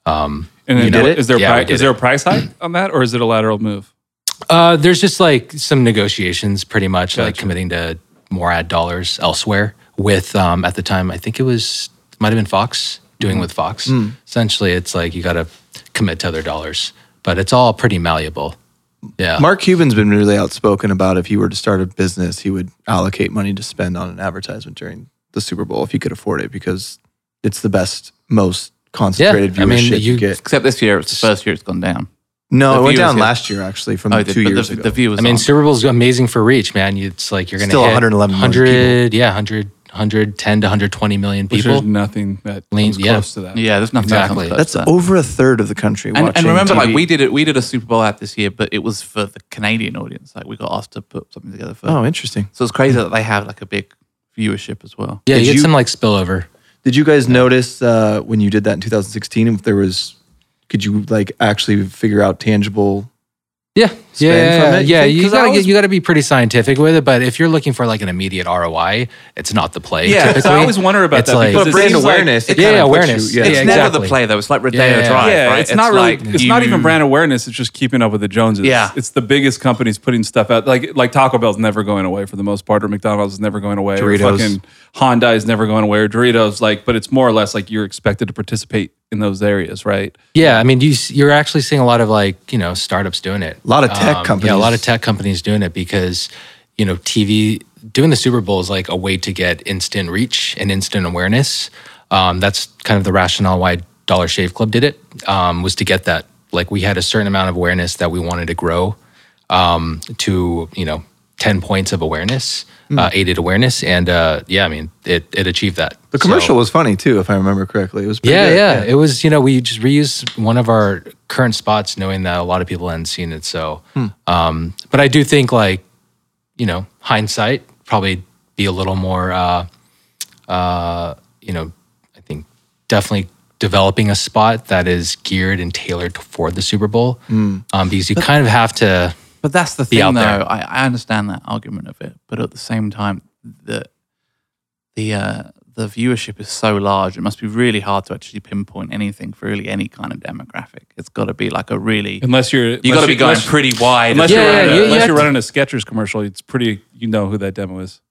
And then did what- it? is there a Yeah, we pri- did is there a price hike on that or is it a lateral move? uh, there's just like some negotiations, pretty much like Gotcha. committing to more ad dollars elsewhere. With um, at the time, I think it was might have been Fox doing Mm-hmm. with Fox. Mm. Essentially, it's like you got to commit to other dollars, but it's all pretty malleable. Yeah, Mark Cuban's been really outspoken about if he were to start a business, he would allocate money to spend on an advertisement during the Super Bowl if he could afford it because it's the best, most yeah. concentrated I viewership mean, you, you get. Except this year, it's the first year it's gone down. No, the it went viewers down get- last year actually from Oh, the, two but years the, ago. the viewers. I mean, on. Super Bowl's amazing for reach, man. You, it's like you're going to Still hit 111 million 100, yeah, 100, 110 to 120 million Which There's people. nothing that Lean- comes yeah. close to that. yeah, there's nothing else on Exactly. the That's poster. over a third of the country and, watching. and remember, like TV. we did it, we did a Super Bowl ad this year, but it was for the Canadian audience. Like we got asked to put something together for. Oh, interesting. So it's crazy that they have like a big viewership as well. Yeah, Did you get you- some like spillover. Did you guys notice uh, when you did that in 2016? If there was, could you like actually figure out tangible? Yeah, yeah, yeah, from yeah, it, you yeah. think? You 'Cause I gotta was- get, you gotta be pretty scientific with it. But if you're looking for like an immediate ROI, it's not the play. Yeah, so I typically. always wonder about It's that Like, because But it brand seems like- it Yeah, kinda yeah, puts awareness. you- Yeah, it's never the exactly. play though. It's like Rodeo Yeah, yeah, Drive, Yeah, right? it's, not really. like it's not even you- brand awareness. It's just keeping up with the Joneses. Yeah. it's the biggest companies putting stuff out. Like like Taco Bell's never going away for the most part, or McDonald's is never going away, Doritos. or fucking Honda is never going away, or Doritos. Like, but it's more or less like you're expected to participate in those areas, right? Yeah, I mean, you, s- you're actually seeing a lot of like you know startups doing it. A lot of tech Yeah, a lot of companies. tech companies doing it because you know TV doing the Super Bowl is like a way to get instant reach and instant awareness. Um, that's kind of the rationale why Dollar Shave Club did it um, was to get that. Like we had a certain amount of awareness that we wanted to grow um, to you know ten points of awareness, Hmm. uh, aided awareness, and uh, yeah, I mean it it achieved that. The commercial was funny too, if I remember correctly. It was pretty Yeah, good. yeah, It was, you know, we just reused one of our current spots, knowing that a lot of people hadn't seen it. So, um, but I do think, like, you know, hindsight probably be a little more, uh, uh, you know, I think definitely developing a spot that is geared and tailored for the Super Bowl um, because you kind of have to. But that's the thing, out though. there. I, I understand that argument of it, but at the same time, the the uh, the viewership is so large; it must be really hard to actually pinpoint anything for really any kind of demographic. It's got to be like a really Unless you're, you got to be going unless, pretty wide. unless Yeah, you're, yeah, running, you- a, you unless have you're to- running a Skechers commercial, it's pretty. You know who that demo is.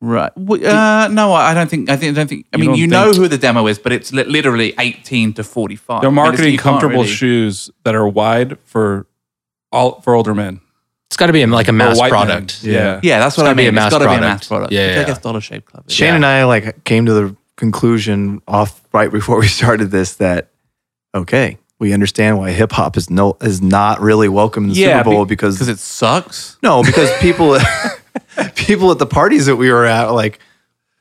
right? W- Uh, no, I don't think. I think. I don't think. I mean, don't you think- know who the demo is, but it's li- literally eighteen to forty-five. They're I mean, it's- marketing you can't comfortable really- shoes that are wide for all for older men. It's got to be like a Or mass white men. product. Yeah. Yeah, that's what I gotta be mean. a It's mass got to be a product. mass product. Yeah, Which I yeah. guess Dollar Shave Club. is. Shane and I like came to the conclusion off right before we started this that okay, we understand why hip hop is no is not really welcome in the Yeah, Super Bowl be- because because it sucks. no, because people people at the parties that we were at like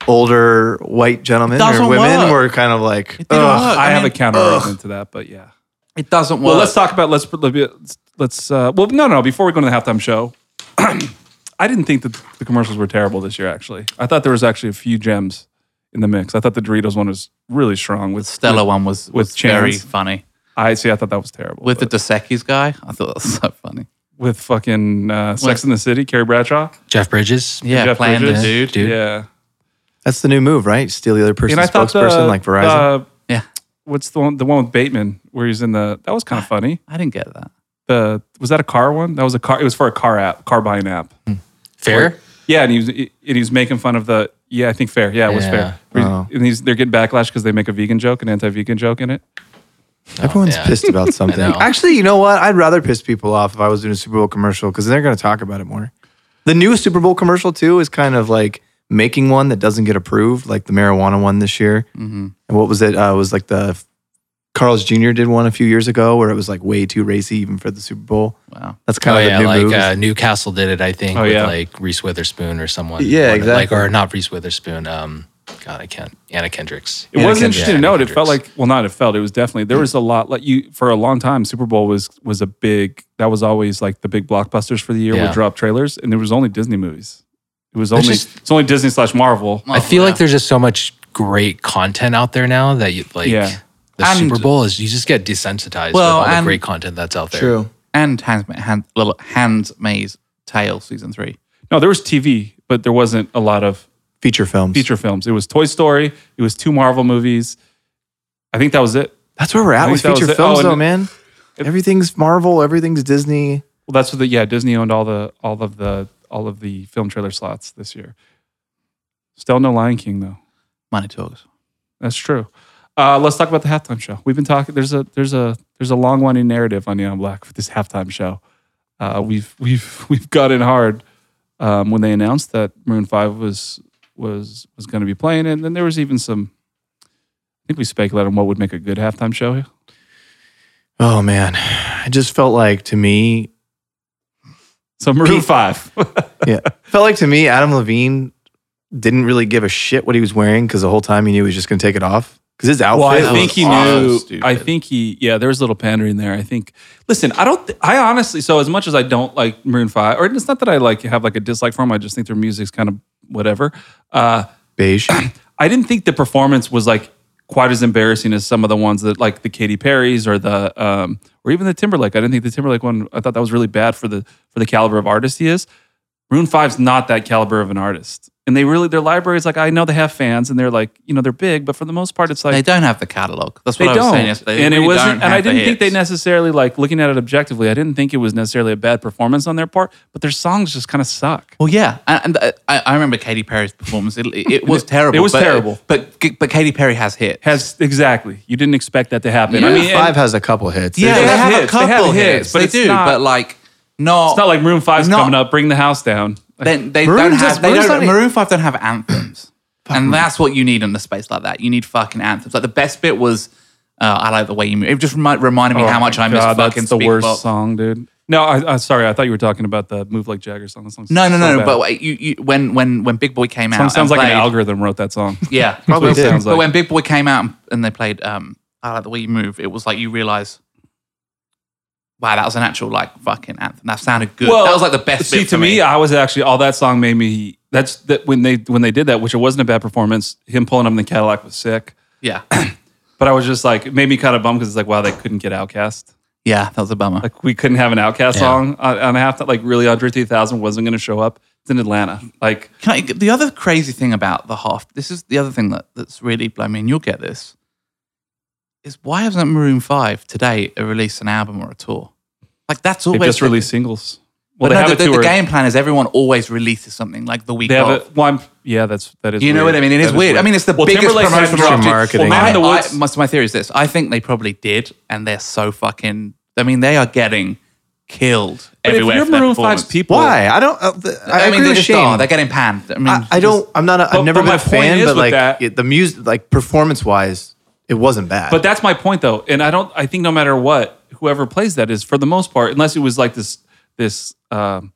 older white gentlemen or doesn't women work. were kind of like "Oh, didn't "Ugh, work. I, I have mean, a counter argument to that, but yeah. It doesn't work. Well, let's talk about let's let's let's. Uh, well, no, no. Before we go to the halftime show, I didn't think that the commercials were terrible this year. Actually, I thought there was actually a few gems in the mix. I thought the Doritos one was really strong with Stella one was was very Chance. funny. I see. I thought that was terrible. with the but- Dos guy. I thought that was so funny. with fucking uh, Sex With- in the City, Carrie Bradshaw, Jeff Bridges. Yeah, Jeff playing Bridges? the dude. Dude. Yeah, that's the new move, right? Steal the other person's spokesperson like Verizon. the- Yeah, uh, what's the one, the one with Bateman where he's in the that was kind of funny. I didn't get that. The was that a car one? That was a car. It was for a car app, car buying app. Fair. Yeah, and he was and he was making fun of the yeah. I think fair. Yeah, it was Yeah. fair. Where he's- Oh. And he's they're getting backlash because they make a vegan joke, an anti-vegan joke in it. Oh, Everyone's yeah. pissed about something. know. Actually, you know what? I'd rather piss people off if I was doing a Super Bowl commercial because they're going to talk about it more. The new Super Bowl commercial too is kind of like making one that doesn't get approved, like the marijuana one this year. Mm-hmm. And what was it? Uh, it was like the Carl's Jr. did one a few years ago where it was like way too racy even for the Super Bowl. Wow. That's kind oh, of yeah, the new like move. Uh, Newcastle did it, I think, Oh, with yeah. like Reese Witherspoon or someone. Yeah, One of- Like exactly. or not Reese Witherspoon. Um, God, I can't. Anna Kendricks. It was interesting to yeah, note. It felt Hendrix. like well, not it felt. It was definitely there was a lot like you for a long time. Super Bowl was was a big that was always like the big blockbusters for the year Yeah. would drop trailers, and there was only Disney movies. It was only just- it's only Disney slash Marvel. I feel yeah. like there's just so much great content out there now that you like. Yeah. The And- Super Bowl is you just get desensitized Well, with all and- the great content that's out there. True. And Hands Hand, little Handmaid's Tale season three. No, there was TV, but there wasn't a lot of Feature films. feature films. It was Toy Story. It was two Marvel movies. I think that was it. That's where we're I at think with that was feature it. films, Oh, and- though, man. everything's Marvel. Everything's Disney. Well, that's what the yeah Disney owned all the all of the all of the film trailer slots this year. Still no Lion King though. Money talks. That's true. Uh, let's talk about the halftime show. We've been talking. There's a there's a there's a long winding narrative on Neon Black for this halftime show. Uh, we've we've we've got in hard um, when they announced that Maroon Five was was was going to be playing, and then there was even some. I think we speculated on what would make a good halftime show. Oh man, I just felt like to me So Maroon Five. yeah. Felt like to me, Adam Levine didn't really give a shit what he was wearing because the whole time he knew he was just going to take it off. Because his outfit, Well, I That think was he awful, knew. stupid. I think he. Yeah, there was a little pandering there. I think. Listen, I don't. Th- I honestly. So as much as I don't like Maroon Five, or it's not that I like have like a dislike for them. I just think their music's kind of whatever. Uh, beige. I didn't think the performance was like quite as embarrassing as some of the ones that like the Katy Perry's or the um or even the Timberlake. I didn't think the Timberlake one. I thought that was really bad for the for the caliber of artist he is. Maroon Five's not that caliber of an artist, and they really their library's like I know they have fans and they're like you know they're big, but for the most part it's like They don't have the catalog. That's what I was saying yesterday. They and really it don't wasn't. And have I the didn't think they hits. necessarily like looking at it objectively. I didn't think it was necessarily a bad performance on their part, but their songs just kind of suck. Well, yeah, and, and uh, I, I remember Katy Perry's performance. It, it, it was terrible. was but, terrible. But but Katy Perry has hits. Has exactly. You didn't expect that to happen. I Yeah. mean, and Five has a couple hits. yeah, they they, have have, hits. a They have couple hits, hits. but They it's do, not- but like not. it's not like Room Five's Not- coming up, bring the house down. Like, Then they Maroon don't does- have. They Maroon's don't, not- Maroon Five don't have anthems, and that's what you need in a space like that. You need fucking anthems. Like the best bit was, uh, I like the way you move. It just remi- reminded me oh how much my I miss God, fucking That's the Speak worst Box. song, dude. No, I, I sorry. I thought you were talking about the Move Like Jagger song. That song's No, no, so no. bad. but wait, you, you, when when when Big Boy came song out, sounds and like an played- algorithm wrote that song. Yeah, Probably But- did. sounds But like. when Big Boy came out and- and they played um, "I Like the Way You Move," it was like you realize, wow, that was an actual like fucking anthem. That sounded good. that was like the best. See, bit to for me, I was actually all that song made me. That's that when they when they did that, which it wasn't a bad performance. Him pulling up in the Cadillac was sick, yeah, but I was just like, it made me kind of bummed because it's like, wow, they couldn't get Outcast. yeah, that was a bummer. Like we couldn't have an Outcast Yeah. song uh, on, on half that. Like really, Andre 3000 wasn't going to show up. It's in Atlanta. Like Can I, the other crazy thing about the half, this is the other thing that, that's really blown me, and you'll get this, is why hasn't Maroon 5 today released an album or a tour? Like, that's they always. just released singles. But Well, they no, have the, a the- the tour. game plan is everyone always releases something like the week They have of. it. Well, I'm, yeah, that's that is. You know weird. what I mean? It is That weird. I mean, it's the biggest Timberlake's promotional dropped it. marketing. Well, Man in the I- Woods. I, my, my theory is this I think they probably did, and they're so fucking. I mean, they are getting killed But if everywhere. you're for their Maroon 5's performance. people, Why? I don't. Uh, th- I, I, mean, agree they with just Shane. are. They're getting panned. I mean, I, I don't. I'm not. A, But- I've never but been my a point fan, is but with like that- it- the music, like performance wise, it wasn't bad. But that's my point, though, and I don't. I think no matter what, whoever plays that is for the most part, unless it was like this, this, um,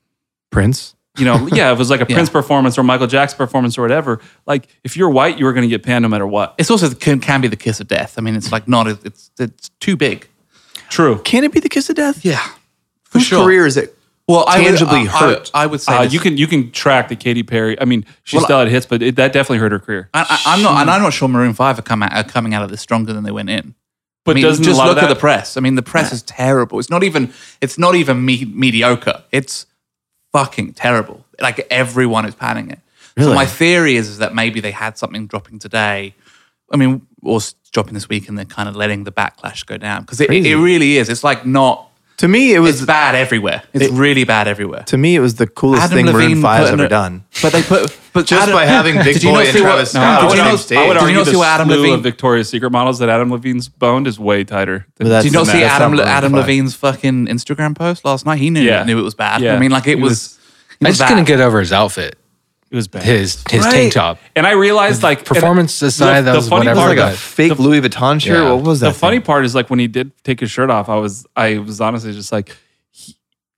Prince, you know, yeah, it was like a Prince performance or Michael Jackson performance or whatever. Like, if you're white, you were going to get panned no matter what. it's also can, can be the kiss of death. I mean, it's like not it's it's too big. True. can it be the kiss of death? Yeah, for Whose career is it? well, tangibly I would, I- hurt. I, I would say Uh, this. you can you can track the Katy Perry. I mean, she still had hits, but it, that definitely hurt her career. I, I, I'm not, and I'm not sure Maroon Five are, come out, are coming out of this stronger than they went in. But I mean, doesn't just a lot look of at the that- press. I mean, the press is terrible. It's not even. It's not even me- mediocre. It's fucking terrible. Like everyone is panning it. So Really? my theory is, is that maybe they had something dropping today. I mean, or s- dropping this week, and they're kind of letting the backlash go down because it, it, Crazy. it really is. It's like not. To me, it was. It's bad everywhere. It's really bad everywhere. to me, it was the coolest Adam thing Maroon Levine Five's put in ever a- done. But they put. But Just Adam- by having Big Did you Boy not and see what- Travis no, Scott did on you the not- same I stage. would I would Did you argue not the see what Adam slew Levine? of Victoria's Secret models that Adam Levine's boned is way tighter. But that's Did you not not- see that's not Adam Maroon Adam five. Levine's fucking Instagram post last night? He knew Yeah. knew it was bad. Yeah. I mean, like it He was. was- it I was just couldn't bad. get over his outfit, It was bad. his his Right. tank top. And I realized like Performance and aside, that was whatever, It was like a but- fake Louis Vuitton shirt. Yeah. What was that? the funny thing? part is like when he did take his shirt off, I was I was honestly just like, he-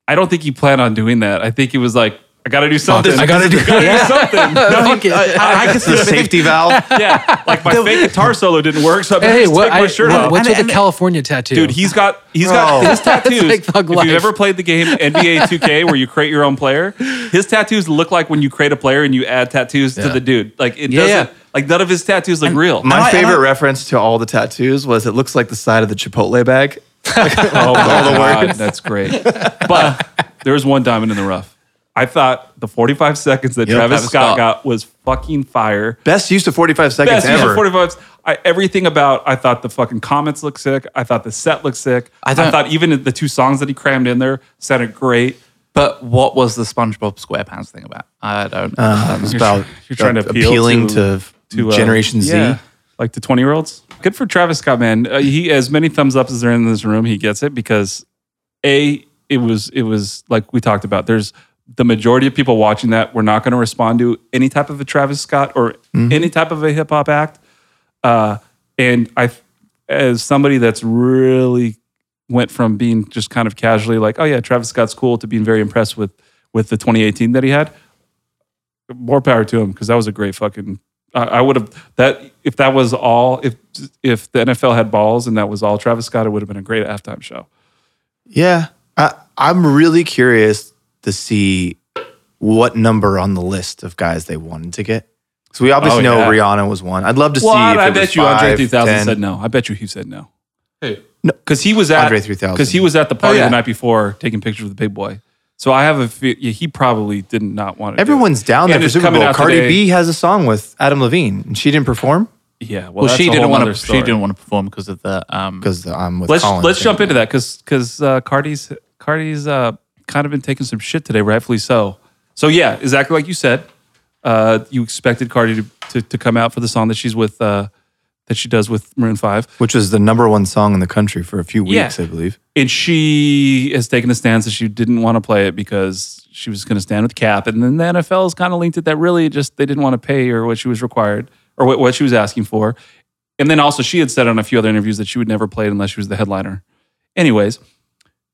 I don't think he planned on doing that. I think he was like, I got to do something. I gotta do- something. No, he- I, I, I could see the safety valve. yeah, like my fake guitar solo didn't work, so I better Hey, just what, take my I, shirt what- off. what's And- with and- the California tattoo? Dude, he's got he's got Bro. his tattoos. like thug if life. you've ever played the game NBA 2K where you create your own player, his tattoos look like when you create a player and you add tattoos to Yeah. the dude. Like it Yeah, doesn't yeah. like none of his tattoos look real. And My I- and favorite I- reference to all the tattoos was it looks like the side of the Chipotle bag. Oh, my God, that's great. But there was one diamond in the rough. I thought the 45 seconds that Travis, Travis Scott, Scott. got was fucking fire. Best use of 45 seconds Best ever. 45. I, everything about I thought the fucking comments looked sick. I thought the set looked sick. I, don't- thought even the two songs that he crammed in there sounded great. But what was the SpongeBob SquarePants thing about? I don't. Uh, it was about you're trying to appeal appealing to- to, To uh, Generation yeah, Z. like the 20 year olds. Good for Travis Scott, man. Uh, he as many thumbs ups as there are in this room. He gets it because a it was it was like we talked about. There's the majority of people watching that were not going to respond to any type of a Travis Scott or Mm-hmm. any type of a hip hop act. Uh, and I, as somebody that's really went from being just kind of casually like, oh yeah, Travis Scott's cool, to being very impressed with with the 2018 that he had. More power to him because that was a great fucking. I, I would have that if that was all. If if the NFL had balls and that was all Travis Scott, it would have been a great halftime show. Yeah. I, I'm really curious to see what number on the list of guys they wanted to get. So we obviously Oh, know yeah. Rihanna was one. I'd love to Well, see. I, if I it was bet you five, Andre 3000 10. said no. I bet you he said no. Who? No, because he was at Andre 3000. Because he was at the party yeah. the night before taking pictures with the big boy. So I have a fe- yeah, he probably did not want to. Everyone's down there And for it's Super coming Bowl. out Cardi today. B has a song with Adam Levine, and she didn't perform do it. yeah. Well, well, she didn't want want to. She didn't want to perform because of the. Um, because I'm with Let's Colin. let's jump into that because because uh, Cardi's Cardi's uh, kind of been taking some shit today, rightfully so. So yeah, exactly like you said. Uh, you expected Cardi to, to to come out for the song that she's with uh, that she does with Maroon Five. which was the number one song in the country for a few weeks, Yeah. I believe. and she has taken a stance that she didn't want to play it because she was going to stand with cap and then the nfl has kind of linked it that really just they didn't want to pay her what she was required or what, what she was asking for and then also she had said on a few other interviews that she would never play it unless she was the headliner anyways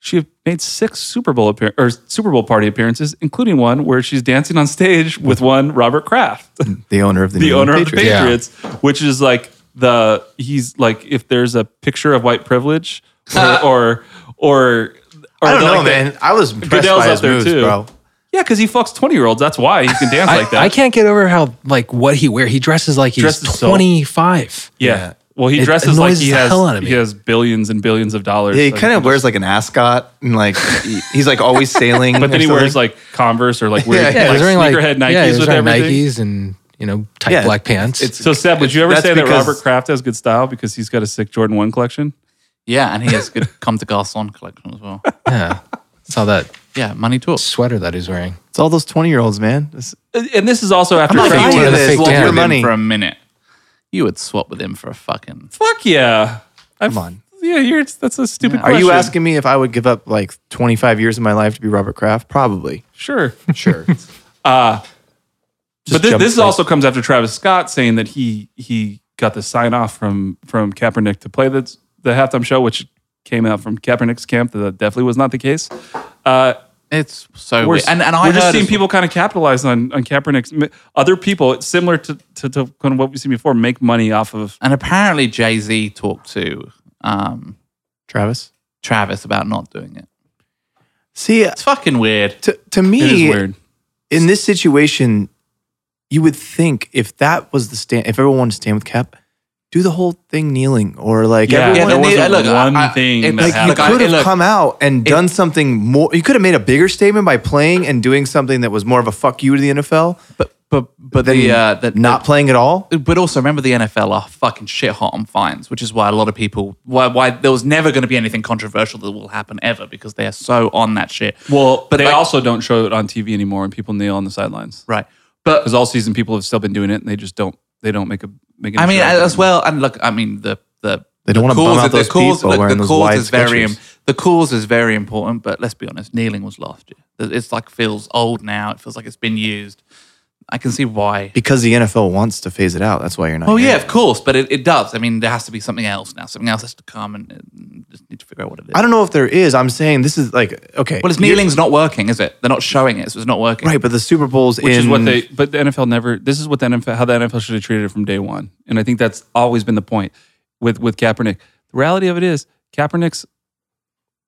She made six Super Bowl appear- or Super Bowl party appearances, including one where she's dancing on stage with one Robert Kraft, the The owner of the, New owner England of the Patriots. Yeah. Patriots, which is like the he's like if there's a picture of white privilege or or or, or I don't like know, the- man. I was impressed Goodell's by up his there moves, too. bro. Yeah, because he fucks twenty year olds. That's why he can dance I, like that. I can't get over how like what he wear. He dresses like he's Dresses so- 25. Yeah. Yeah. Well, he It dresses like annoys he the has hell out of me. he has billions and billions of dollars. Yeah, he Like, kind of just- wears like an ascot and like he- he's like always sailing. But then he wears like Converse or like weird Yeah, Yeah, like, he's wearing like sneakerhead Nikes yeah, he's with wearing everything. Nikes and you know tight Yeah, black pants. It's So Seb, would you ever That's say that because- Robert Kraft has good style because he's got a sick Jordan One collection? Yeah, and he has good Comme des Garçons collection as well. yeah, saw that Yeah, money talks. sweater that he's wearing. it's all those twenty year olds, man. This- Uh, And and this is also after not Kraft- buying you Hey, would this is swap your with him money. for a minute. You would swap with him for a fucking. Fuck yeah! I've, Come on. Yeah, you're. That's a stupid. Are you question. asking me if I would give up like twenty five years of my life to be Robert Kraft? Probably. Sure. Sure. but this, jump this straight. also comes after Travis Scott saying that he he got the sign off from from Kaepernick to play the the halftime show, which came out from Kaepernick's camp. That definitely was not the case. Uh, It's so we're weird. And, and I we're just heard seeing as- people kind of capitalize on on Kaepernick's mi- other people. It's similar to to, to kind of what we've seen before. Make money off of And apparently Jay Z talked to um, Travis. Travis about not doing it. See, uh, It's fucking weird. to to it is me, weird. in this situation, you would think if that was the stand, if everyone wanted to stand with Cap, do the whole thing kneeling or like Yeah. there everyone. the- uh, wasn't look, one thing that like you happened. I- could have look, come out and done something more. You could have made a bigger statement by playing and doing something that was more of a fuck you to the NFL, but but but than the uh, that not playing at all. but also remember the NFL are fucking shit hot on fines, which is why a lot of people why why there was never going to be anything controversial that will happen ever because they are so on that shit. Well, but but they like- also don't show it on TV anymore, and people kneel on the sidelines right, but because all season people have still been doing it, and they just don't they don't make a make. an I mean, issue out of it as well, and look, I mean, the the They don't the wanna bum cause- out the those cause- people look, wearing the those cause wide is very Skechers. im- the cause is very important, but let's be honest, kneeling was last year. It's like feels old now. It feels like it's been used. I can see why. Because the NFL wants to phase it out. That's why you're not. Oh here. yeah, of course, but it, it does. I mean, there has to be something else now. Something else has to come, and, and just need to figure out what it is. I don't know if there is. I'm saying this is like okay. well, it's you're- kneeling's not working, is it? They're not showing it, so it's not working. right? But the Super Bowls which in is what they but the NFL never this is what the NFL how the NFL should have treated it from day one. And I think that's always been the point with with Kaepernick. The reality of it is Kaepernick's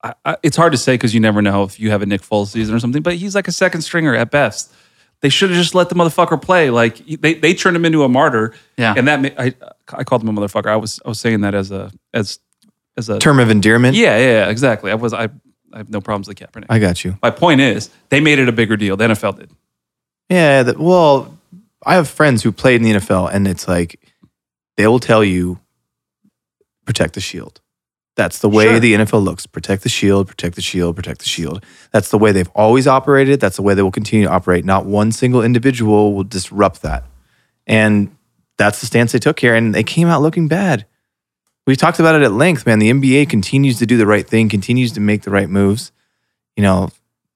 I, I, it's hard to say because you never know if you have a Nick Foles season or something, but he's like a second stringer at best. They should have just let the motherfucker play. Like he- they, they turned him into a martyr. Yeah. and that ma- I I called him a motherfucker. I was I was saying that as a as as a term of endearment. Yeah, yeah, yeah, exactly. I was I I have no problems with Kaepernick. I got you. My point is they made it a bigger deal. The NFL did. Yeah. That, well, I have friends who played in the NFL, and it's like they will tell you protect the shield. That's the way Sure. the NFL looks. Protect the shield. Protect the shield. Protect the shield. That's the way they've always operated. That's the way they will continue to operate. Not one single individual will disrupt that. And that's the stance they took here. And they came out looking bad. We talked about it at length, man. The NBA continues to do the right thing, continues to make the right moves. You know,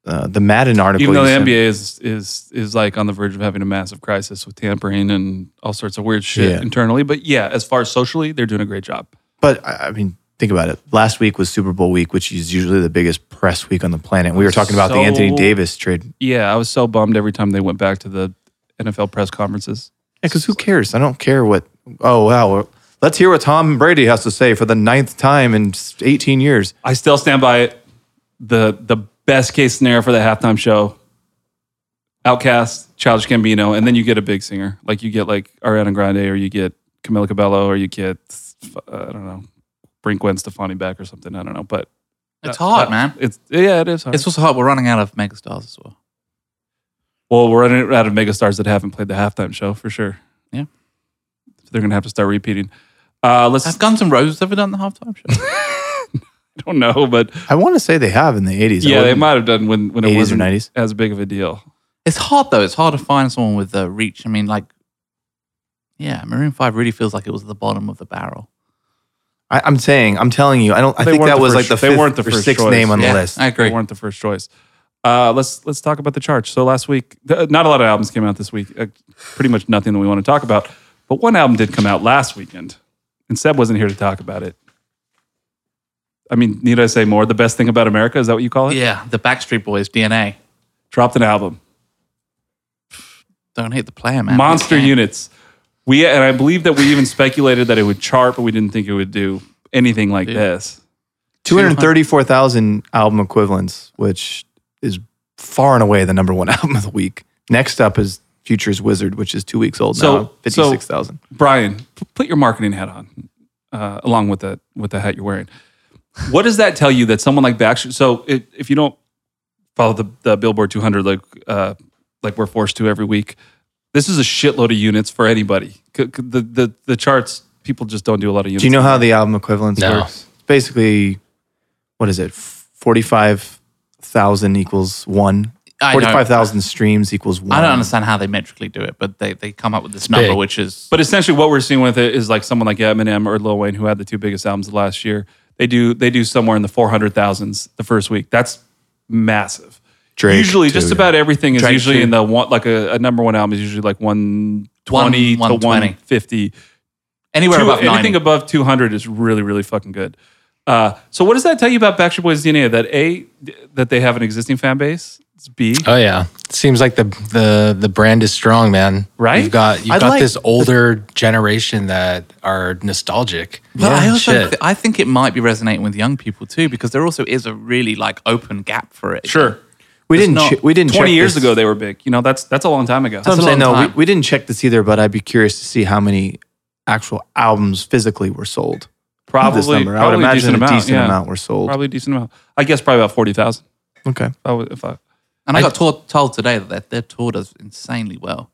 uh, the Madden article. Even though you the sent- NBA is is is like on the verge of having a massive crisis with tampering and all sorts of weird shit Yeah. internally, but yeah, as far as socially, they're doing a great job. But I I mean, think about it. Last week was Super Bowl week, which is usually the biggest press week on the planet. We were talking about the So- Anthony Davis trade. Yeah, I was so bummed every time they went back to the NFL press conferences. Because who cares? I don't care what. Oh wow. Let's hear what Tom Brady has to say for the ninth time in 18 years. I still stand by it. The the best case scenario for the halftime show, Outcast, Childish Gambino, and then you get a big singer. Like you get like Ariana Grande or you get Camila Cabello or you get I don't know, bring Gwen Stefani back or something. I don't know, but It's hard, man. It's yeah, it is hard. It's also hard. We're running out of megastars as well. Well, we're running out of megastars that haven't played the halftime show for sure. Yeah. So they're gonna have to start repeating. Uh, let's. Have I Guns N' Roses ever done the halftime show? don't know, but I want to say they have in the 80s. I yeah, they wouldn't- might have done when when it 80s or wasn't 90s. as big of a deal. It's hard though. It's hard to find someone with the reach. I mean, like, yeah, Maroon Five really feels like it was at the bottom of the barrel. I, I'm saying, I'm telling you, I don't. I They think weren't that the was first- like the they fifth weren't the or first sixth choice. name on yeah, the list. I agree. They weren't the first choice. Uh, let's let's talk about the charts. So last week, th- not a lot of albums came out this week. Uh, pretty much nothing that we want to talk about. But one album did come out last weekend, and Seb wasn't here to talk about it. I mean, need I say more? The best thing about America is that what you call it? Yeah, the Backstreet Boys DNA. Dropped an album. Don't hit the player, man. monster Okay. units. We and I believe that we even speculated that it would chart, but we didn't think it would do anything like this. 234,000 album equivalents, which is far and away the number one album of the week. Next up is Future's Wizard, which is two weeks old So- now, 56,000. Brian, p- put your marketing hat on, uh, along with the with the hat you're wearing. What does that tell you that someone like Backstreet? So it, if you don't follow the, the Billboard 200 like uh, like we're forced to every week, this is a shitload of units for anybody. C- c- The the the charts people just don't do a lot of units. Do you know how the album equivalents No. works? It's basically, what is it? 45,000 equals one. I don't- 45,000 streams equals one. I don't understand how they metrically do it, but they, they come up with this number, big. which is But essentially, what we're seeing with it is like someone like Eminem or Lil Wayne, who had the two biggest albums last year. They do they do somewhere in the four hundred thousands the first week. That's massive. Drake, usually, just too, about everything is Drake, usually too. in the one like a, a number one album is usually like one twenty to 120. one fifty. anywhere above 90. Anything above two hundred is really really fucking good. Uh, so what does that tell you about Backstreet Boys DNA? That a that they have an existing fan base. It's B. Oh yeah, seems like the the the brand is strong, man. Right? You've got you've I'd got like- this older generation that are nostalgic. But I also Shit. th- I think it might be resonating with young people too, because there also is a really like open gap for it. sure. We didn't, not- che- we didn't Twenty check years this. ago they were big. You know that's that's a long time ago. That's what That's I'm saying. a long No, we, time. we didn't check this either, but I'd be curious to see how many actual albums physically were sold. of probably this number. I would probably a imagine a decent yeah. amount were sold. Probably a decent amount. I guess probably about forty thousand. Okay. If I And I got told, told today that their, their tour does insanely well.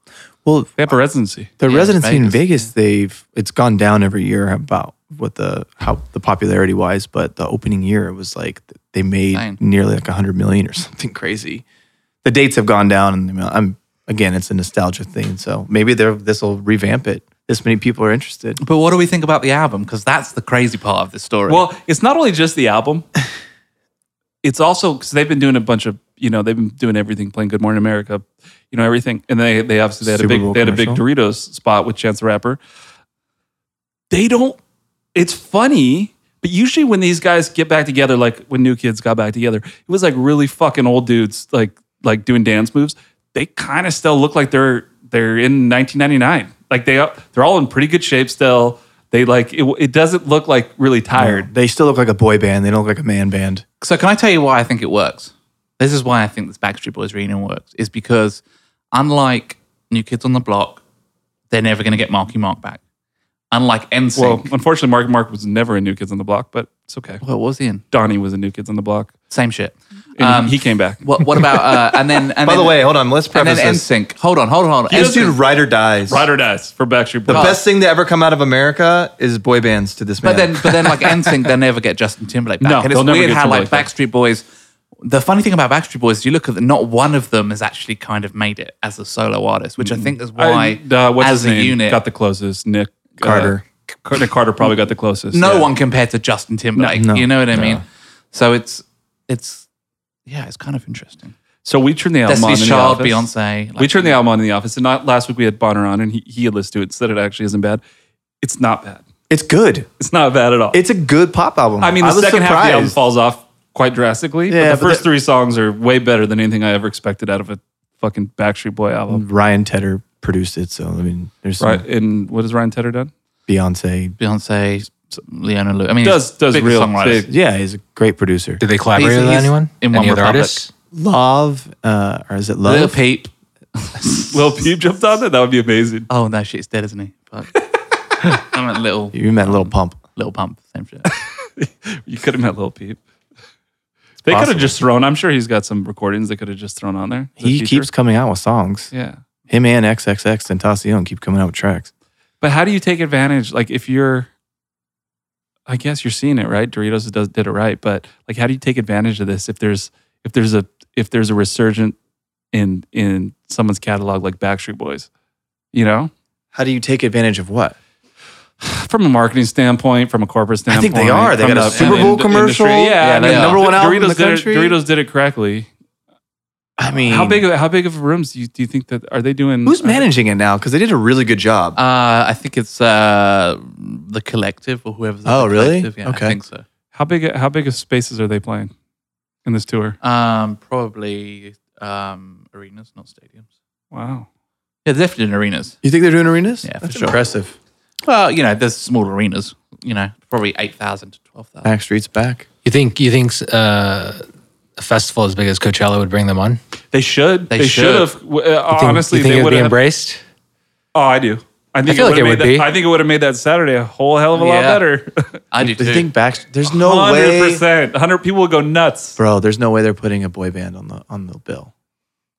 Well, they have a residency, the Yeah, residency in Vegas, Vegas, they've it's gone down every year about what the how the popularity wise, but the opening year it was like they made Dang. nearly like hundred million or something crazy. The dates have gone down, and the amount- I'm again, it's a nostalgia thing. So maybe they're this will revamp it. This many people are interested. But what do we think about the album? Because that's the crazy part of this story. well, it's not only just the album. It's also because they've been doing a bunch of you know they've been doing everything, playing Good Morning America, you know everything, and they they obviously they had Super a Bowl big they had a big commercial. Doritos spot with Chance the Rapper. They don't. It's funny. But usually when these guys get back together, like when new kids got back together, it was like really fucking old dudes, like like doing dance moves. They kind of still look like they're they're in 1999. Like they are- they're all in pretty good shape still. They like it. It doesn't look like really tired. They still look like a boy band. They don't look like a man band. So can I tell you why I think it works? This is why I think this Backstreet Boys reunion works. Is because unlike New Kids on the Block, they're never going to get Marky Mark back. Unlike NSYNC, Well, well, unfortunately, Mark Mark was never in New Kids on the Block, but it's okay. what was he in? Donnie was in New Kids on the Block, Same shit. and Um, he came back. What, what about uh, and then? And By then, the way, hold on. Let's and preface then this. NSYNC. Hold on, hold on, hold on. This dude NSYNC ride or dies. Ride or dies for Backstreet Boys. The best thing to ever come out of America is boy bands to this man. But then, but then, like NSYNC, they'll never get Justin Timberlake back. No, and it's they'll never weird get how like Timberlake back. Backstreet Boys. The funny thing about Backstreet Boys is you look at the, not one of them has actually kind of made it as a solo artist, which I think is why I- Mm. uh, what's as his a name? unit, got the closest. Nick uh, Carter. Car- Nick Carter probably got the closest. no yeah. one compared to Justin Timberlake. No, no, you know what I mean? So it's it's yeah, it's kind of interesting. So we turned the album on. Destiny's in Child, the office. Beyonce. Like, We turned the album on in the office, and not, last week we had Bonner on, and he, he had listened to it. Said it actually isn't bad. It's not bad. it's good. It's not bad at all. It's a good pop album. I mean, the was second half of the album surprised. falls off quite drastically. but Yeah, but the first the- three songs are way better than anything I ever expected out of a fucking Backstreet Boy album. Ryan Tedder produced it, so I mean, there's some Right? And what has Ryan Tedder done? Beyonce. Beyonce, Leona Lewis. I mean, Does it's does big real songwriters. big Yeah, he's a great producer. Did they collaborate He's- with he's anyone? in Any One other Republic. artists? Love, uh, or is it Love? Lil Peep. Lil Peep jumped on that. That would be amazing. Oh no, shit, he's dead, isn't he? Fuck. I meant little you meant Little Pump. little pump, same shit. You could have met Lil Peep. They could have possible. just thrown. I'm sure he's got some recordings they could have just thrown on there. The He feature. keeps coming out with songs. Yeah. Him and XXX Tentacion keep coming out with tracks. But how do you take advantage? Like if you're, I guess you're seeing it right. Doritos does did it right, but like how do you take advantage of this if there's if there's a if there's a resurgent in in someone's catalog like Backstreet Boys, you know, How do you take advantage of what? from a marketing standpoint, from a corporate I standpoint, think they are. They from got the- a Super from Bowl the ind- commercial. industry. Yeah, Yeah, the I know. number one album Doritos in the did it- country. Doritos did it correctly. I mean, how big how big of rooms do you, do you think that are they doing? uh, Who's managing it now? Because they did a really good job. Uh, I think it's uh, the collective or whoever's. at Oh, the really? collective, Yeah, Okay. I think so. How big? How big of spaces are they playing in this tour? Um, probably um, arenas, not stadiums. Wow. Yeah, they're definitely in arenas. You think they're doing arenas? Yeah, for That's sure. impressive. Well, you know, there's small arenas. You know, probably eight thousand to twelve thousand. Backstreet's back. You think you think uh, a festival as big as Coachella would bring them on? You They should. They They, should have. Uh, think- honestly, you think they it would would be have. embraced. Oh, I do. I think feel it like it made would that, be. I think it would have made that Saturday a whole hell of a lot Yeah. better. I do Do too. you think Backstreet? There's no Hundred way, percent. Hundred people would go nuts. bro. There's no way they're putting a boy band on the on the bill.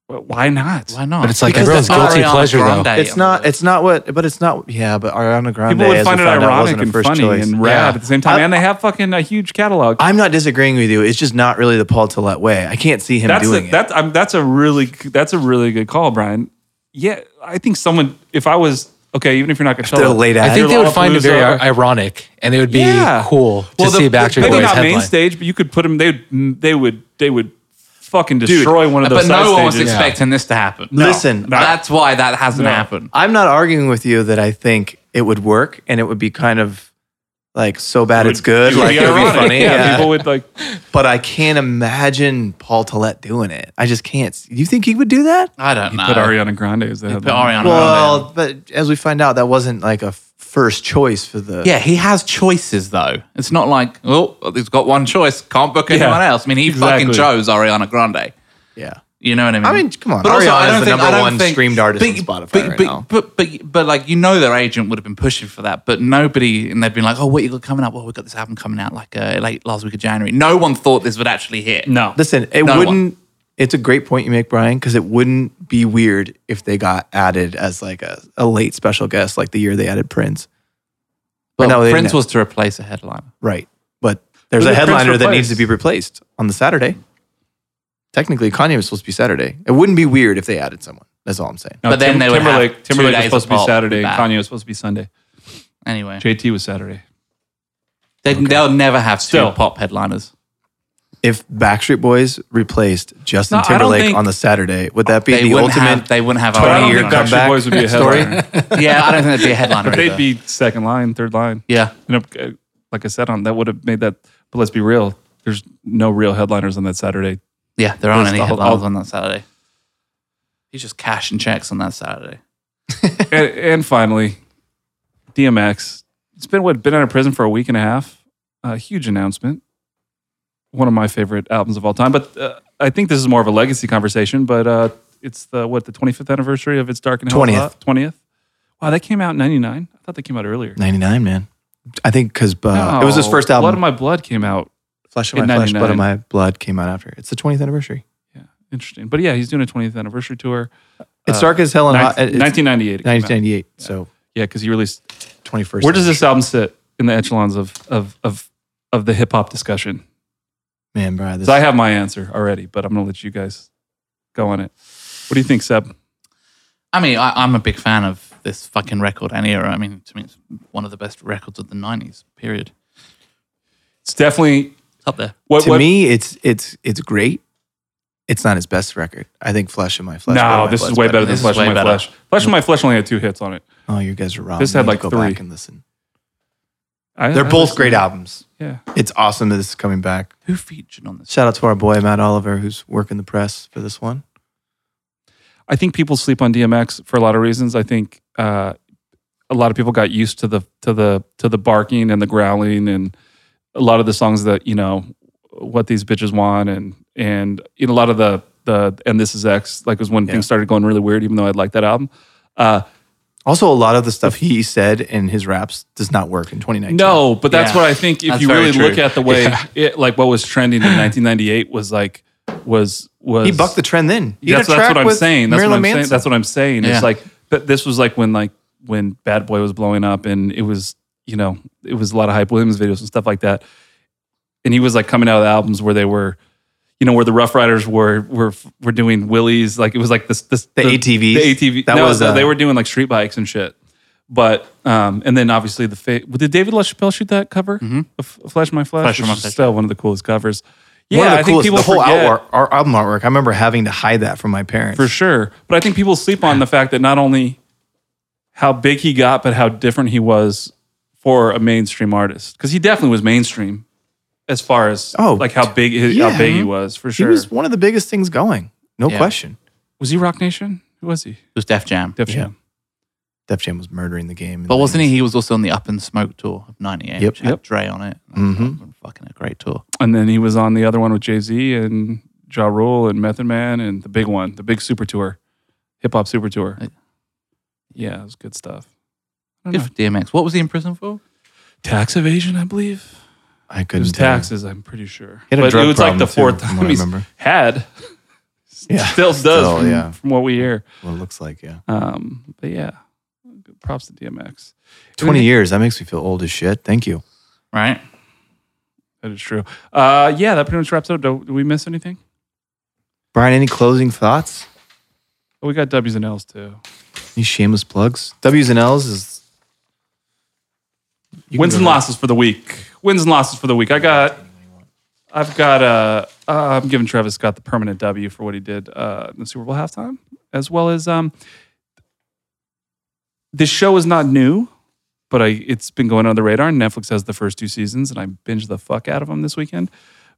But Why not? Why not? But it's like Because everyone's that's not guilty Ariana pleasure Grande. though. Hey, it's I'm not. good. It's not what. But it's not. Yeah, but Ariana Grande. People would as find we it found out, ironic wasn't her and first funny choice. and rad Yeah. at the same time, I- and they have fucking a huge catalog. I'm not disagreeing with you. It's just not really the Paul Tillett way. I can't see him that's doing a, it. that's I'm, that's a really that's a really good call, Brian. Yeah, I think someone. If I was okay, even if you're not Coachella, They're late I at think it. they would find it very Lollapalooza. ironic, and it would be Yeah. cool to Well, the- see the- Backstreet maybe Boys not headline. main stage, but you could put them. They would they would they would fucking destroy one of those. But no side one was stages. expecting this to happen. Listen, No. that's why that hasn't happened. I'm not arguing with you that I think it would work and it would be kind of like so bad it's good. It would Like be it would be ironic. funny. Yeah, yeah. people would like. But I can't imagine Paul Tillett doing it. I just can't. Do you think he would do that? I don't know. Put Ariana Grande as the Put headline. Ariana Grande. Well, but as we find out, that wasn't like a first choice for the. Yeah, he has choices though. It's not like oh, he's got one choice, can't book anyone else. I mean, he fucking exactly. chose Ariana Grande. Yeah. You know what I mean? I mean, come on, But also, Ariana I is don't the think- number I don't one think- streamed artist but- on Spotify but, right but, now. But, but, but like you know, their agent would have been pushing for that, but nobody, and they'd been like, "Oh, what you got coming up? Well, we got this album coming out like uh, late last week of January." No one thought this would actually hit. No, Listen, it No one. wouldn't. It's a great point you make, Brian, because it wouldn't be weird if they got added as like a, a late special guest, like the year they added Prince. but no, they Prince didn't. was to replace a headliner. Right. But there's Who a did Prince headliner that needs replace? to be replaced on the Saturday. Technically, Kanye was supposed to be Saturday. It wouldn't be weird if they added someone. That's all I'm saying. No, But then they would have Timberlake. two Timberlake was days supposed to be apart. Saturday. Bad. Kanye was supposed to be Sunday. Anyway, JT was Saturday. they, they'll never have two Still. pop headliners. If Backstreet Boys replaced Justin No, I don't Timberlake think- on the Saturday, would that be They the wouldn't ultimate? have. They wouldn't have. But I don't 20 year think headliner. Backstreet comeback Boys would be a story? headliner. Yeah, I don't think they'd be a headliner. They'd either. be second line, third line. Yeah. You know, uh, like I said, on that would have made that. But let's be real. There's no real headliners on that Saturday. Yeah, there aren't Just any the whole- headliners all- on that Saturday. He's just cashing checks on that Saturday. and, and finally, DMX. It's been what been out of prison for a week and a half. A huge announcement. One of my favorite albums of all time. But uh, I think this is more of a legacy conversation. But uh, it's the what the 25th anniversary of It's Dark and Hell 20th. Twentieth. Wow, that came out in '99. I thought that came out earlier. 99, man. I think because uh, it was his No, first Blood of album. My Blood came out. Flesh of in My Flesh, Blood of 99. My Blood came out after. It's the 20th anniversary. Yeah, interesting. But yeah, he's doing a 20th anniversary tour. It's Uh, dark as hell and hot. Nin- It's 1998. it came out. 1998. So Yeah, because he released 21st. Where does this album sit in the echelons of of of of the hip hop discussion? man, bro? This, So I have my answer already, but I'm gonna let you guys go on it. What do you think, Seb? I mean, I, I'm a big fan of this fucking record and era. I mean, to me, it's one of the best records of the 90s, period. It's definitely It's up there. what to what- me, it's it's it's great. It's not his best record. I think Flesh of My Flesh. Blood of No, My this is Blood's way better than This is Flesh of way My better. Flesh. Flesh of My Flesh only had two hits on it. Oh, you guys are wrong. This I had need to like go three. back and listen. I- They're I both listened. great albums. Yeah. It's awesome that this is coming back. Who featured on this? Shout out to our boy Matt Oliver, who's working the press for this one. I think people sleep on DMX for a lot of reasons. I think uh, a lot of people got used to the to the to the barking and the growling and a lot of the songs that you know what these bitches want and and you know, a lot of the the and this is X like was when things started going really weird. Even though I liked that album, uh, Also, a lot of the stuff he said in his raps does not work in 2019. No, but that's Yeah. what I think. If That's you very really true. look at the way, it, like what was trending in 1998 was like was was he bucked the trend then. He that's, had that's a track what I'm with saying. That's Marilyn what I'm saying. Manson. That's what I'm saying. Yeah. It's like but this was like when like when Bad Boy was blowing up and it was you know it was a lot of hype Williams videos and stuff like that, and he was like coming out of the albums where they were. You know where the Rough Riders were were were doing willies like it was like this this The ATVs? the ATV That no, was, no, uh, they were doing like street bikes and shit but um, and then obviously the fa- did David LaChapelle shoot that cover Mm-hmm. of Flash of My Flash, Flash of which My is Flash. still one of the coolest covers. Yeah, One of the I coolest, think people the whole forget outwar- our album artwork. I remember having to hide that from my parents. for sure, but I think people sleep on the fact that not only how big he got, but how different he was for a mainstream artist because he definitely was mainstream as far as Oh, like how big his, yeah. how big he was for He sure. was one of the biggest things going, no Yeah. question. Was he Rock Nation? Who was he? was Def Jam. Def Yeah. Jam. Def Jam was murdering the game. in But the wasn't 90s. he? He was also on the Up and Smoke tour of '98, Yep. which had Yep. Dre on it. Mhm. Fucking- Fucking a great tour. And then he was on the other one with Jay Z and Ja Rule and Method Man and the big one, the big super tour, hip hop super tour. Right. Yeah, it was good stuff. I don't Good for DMX. What was he in prison for? know. Tax evasion, I believe. I It couldn't was tell you. taxes, I'm pretty sure. He had a but drug it was like the problem, too, fourth from what I time he's remember. had. Yeah. Still does Still, from, yeah. from what we hear. What it looks like, yeah. Um, but yeah, props to DMX. Twenty years. That makes me feel old as shit. Thank you. Right? That is true. Uh, yeah, that pretty much wraps up. Do, do we miss anything? Brian, any closing thoughts? Oh, we got W's and L's too. Any shameless plugs? W's and L's is You can Wins go and to- losses for the week. Wins and losses for the week. I got. I've got. Uh, uh, I'm giving Travis Scott the permanent W for what he did uh, in the Super Bowl halftime, as well as um, this show is not new, but I it's been going under the radar. Netflix has the first two seasons, and I binged the fuck out of them this weekend.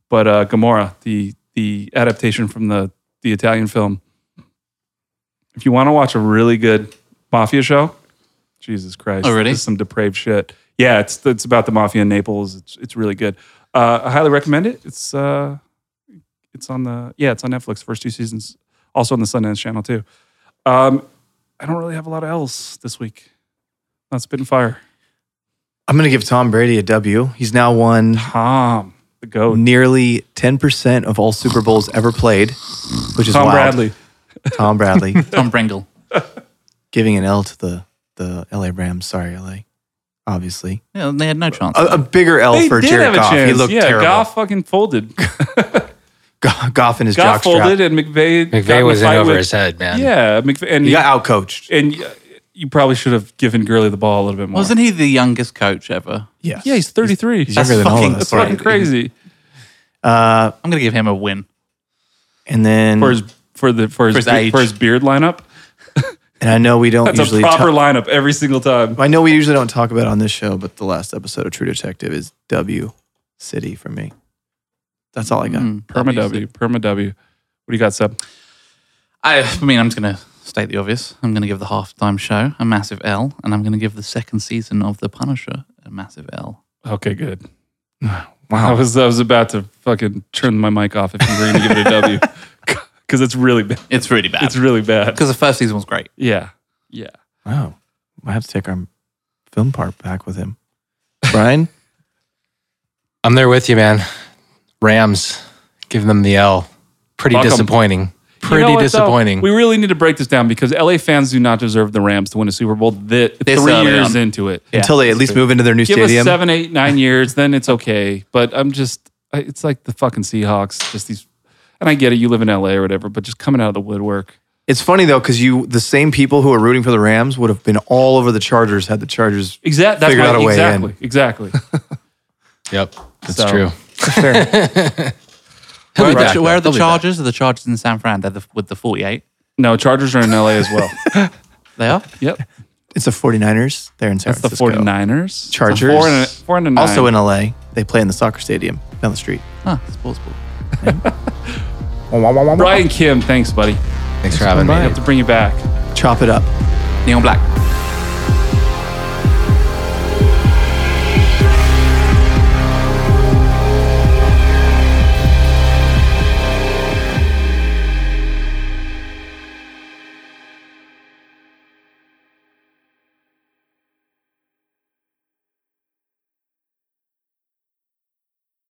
But uh, Gamora, the the adaptation from the the Italian film. If you want to watch a really good mafia show, Jesus Christ, Oh, really? this is some depraved shit. Yeah, it's it's about the mafia in Naples. It's it's really good. Uh, I highly recommend it. It's uh, it's on the yeah, it's on Netflix. First two seasons, also on the Sundance Channel too. Um, I don't really have a lot of else this week. Not spitting fire. I'm gonna give Tom Brady a W. He's now won Tom, the goat. nearly 10% of all Super Bowls ever played, which is Tom wild. Bradley. Tom Bradley Tom Bringle. giving an L to the the LA Rams. Sorry, LA. Obviously, Yeah, they had no chance. a, a bigger L They Oh, for did Jared have a Goff. chance. He looked yeah, terrible. Goff fucking folded. Go- Goff in his Goff jockstrap. folded, and McVay. got in McVeigh a was in fight over with- his head, man. Yeah, McVay, and He you, got outcoached. and y- you probably should have given Gurley the ball a little bit more. Wasn't he the youngest coach ever? Yes. yeah, he's 33. He's that's younger than all fucking- of that's us. fucking right? Mm-hmm. crazy Uh, I'm going to give him a win. and then, for his for the for his, For his be- age. for his beard lineup. and I know we don't That's usually. a proper ta- lineup every single time. I know we usually don't talk about it on this show, but the last episode of True Detective is W City for me. That's all I got. Mm, Perma W, Perma W. What do you got, Seb? I, I mean, I'm just going to state the obvious. I'm going to give the halftime show a massive L, and I'm going to give the second season of The Punisher a massive L. Okay, good. I was I was about to fucking turn my mic off if you were going to give it a W because it's really bad. It's really bad. It's really bad. Because the first season was great. Yeah, yeah. Wow. I have to take our film part back with him. Brian? I'm there with you, man. Rams, give them the L. Pretty Fuck 'em. disappointing. You know Pretty what, though? disappointing. We really need to break this down because LA fans do not deserve the Rams to win a Super Bowl. Thi- This three early years on. into it, until they at least move into their new give stadium. us seven, eight, nine years, then it's okay. But I'm just, I- it's like the fucking Seahawks. Just these, and I get it. You live in LA or whatever, but just coming out of the woodwork. It's funny though, because you the same people who are rooting for the Rams would have been all over the Chargers had the Chargers. Exactly. That's Figured my, out a way exactly. Exactly. yep, that's So- true. Where, are back, the, though. where are the They'll be back. Chargers? Are the Chargers in San Fran? They're the, with the 48. no, Chargers are in LA as well. They are? Yep. It's the 49ers. They're in San That's the Francisco. 49ers. Chargers. Four and a, four and a nine. Also in LA. They play in the soccer stadium down the street. Ah, sports ball. Brian Kim, thanks, buddy. Thanks for having me. I have to bring you back. Chop it up. Neon Black.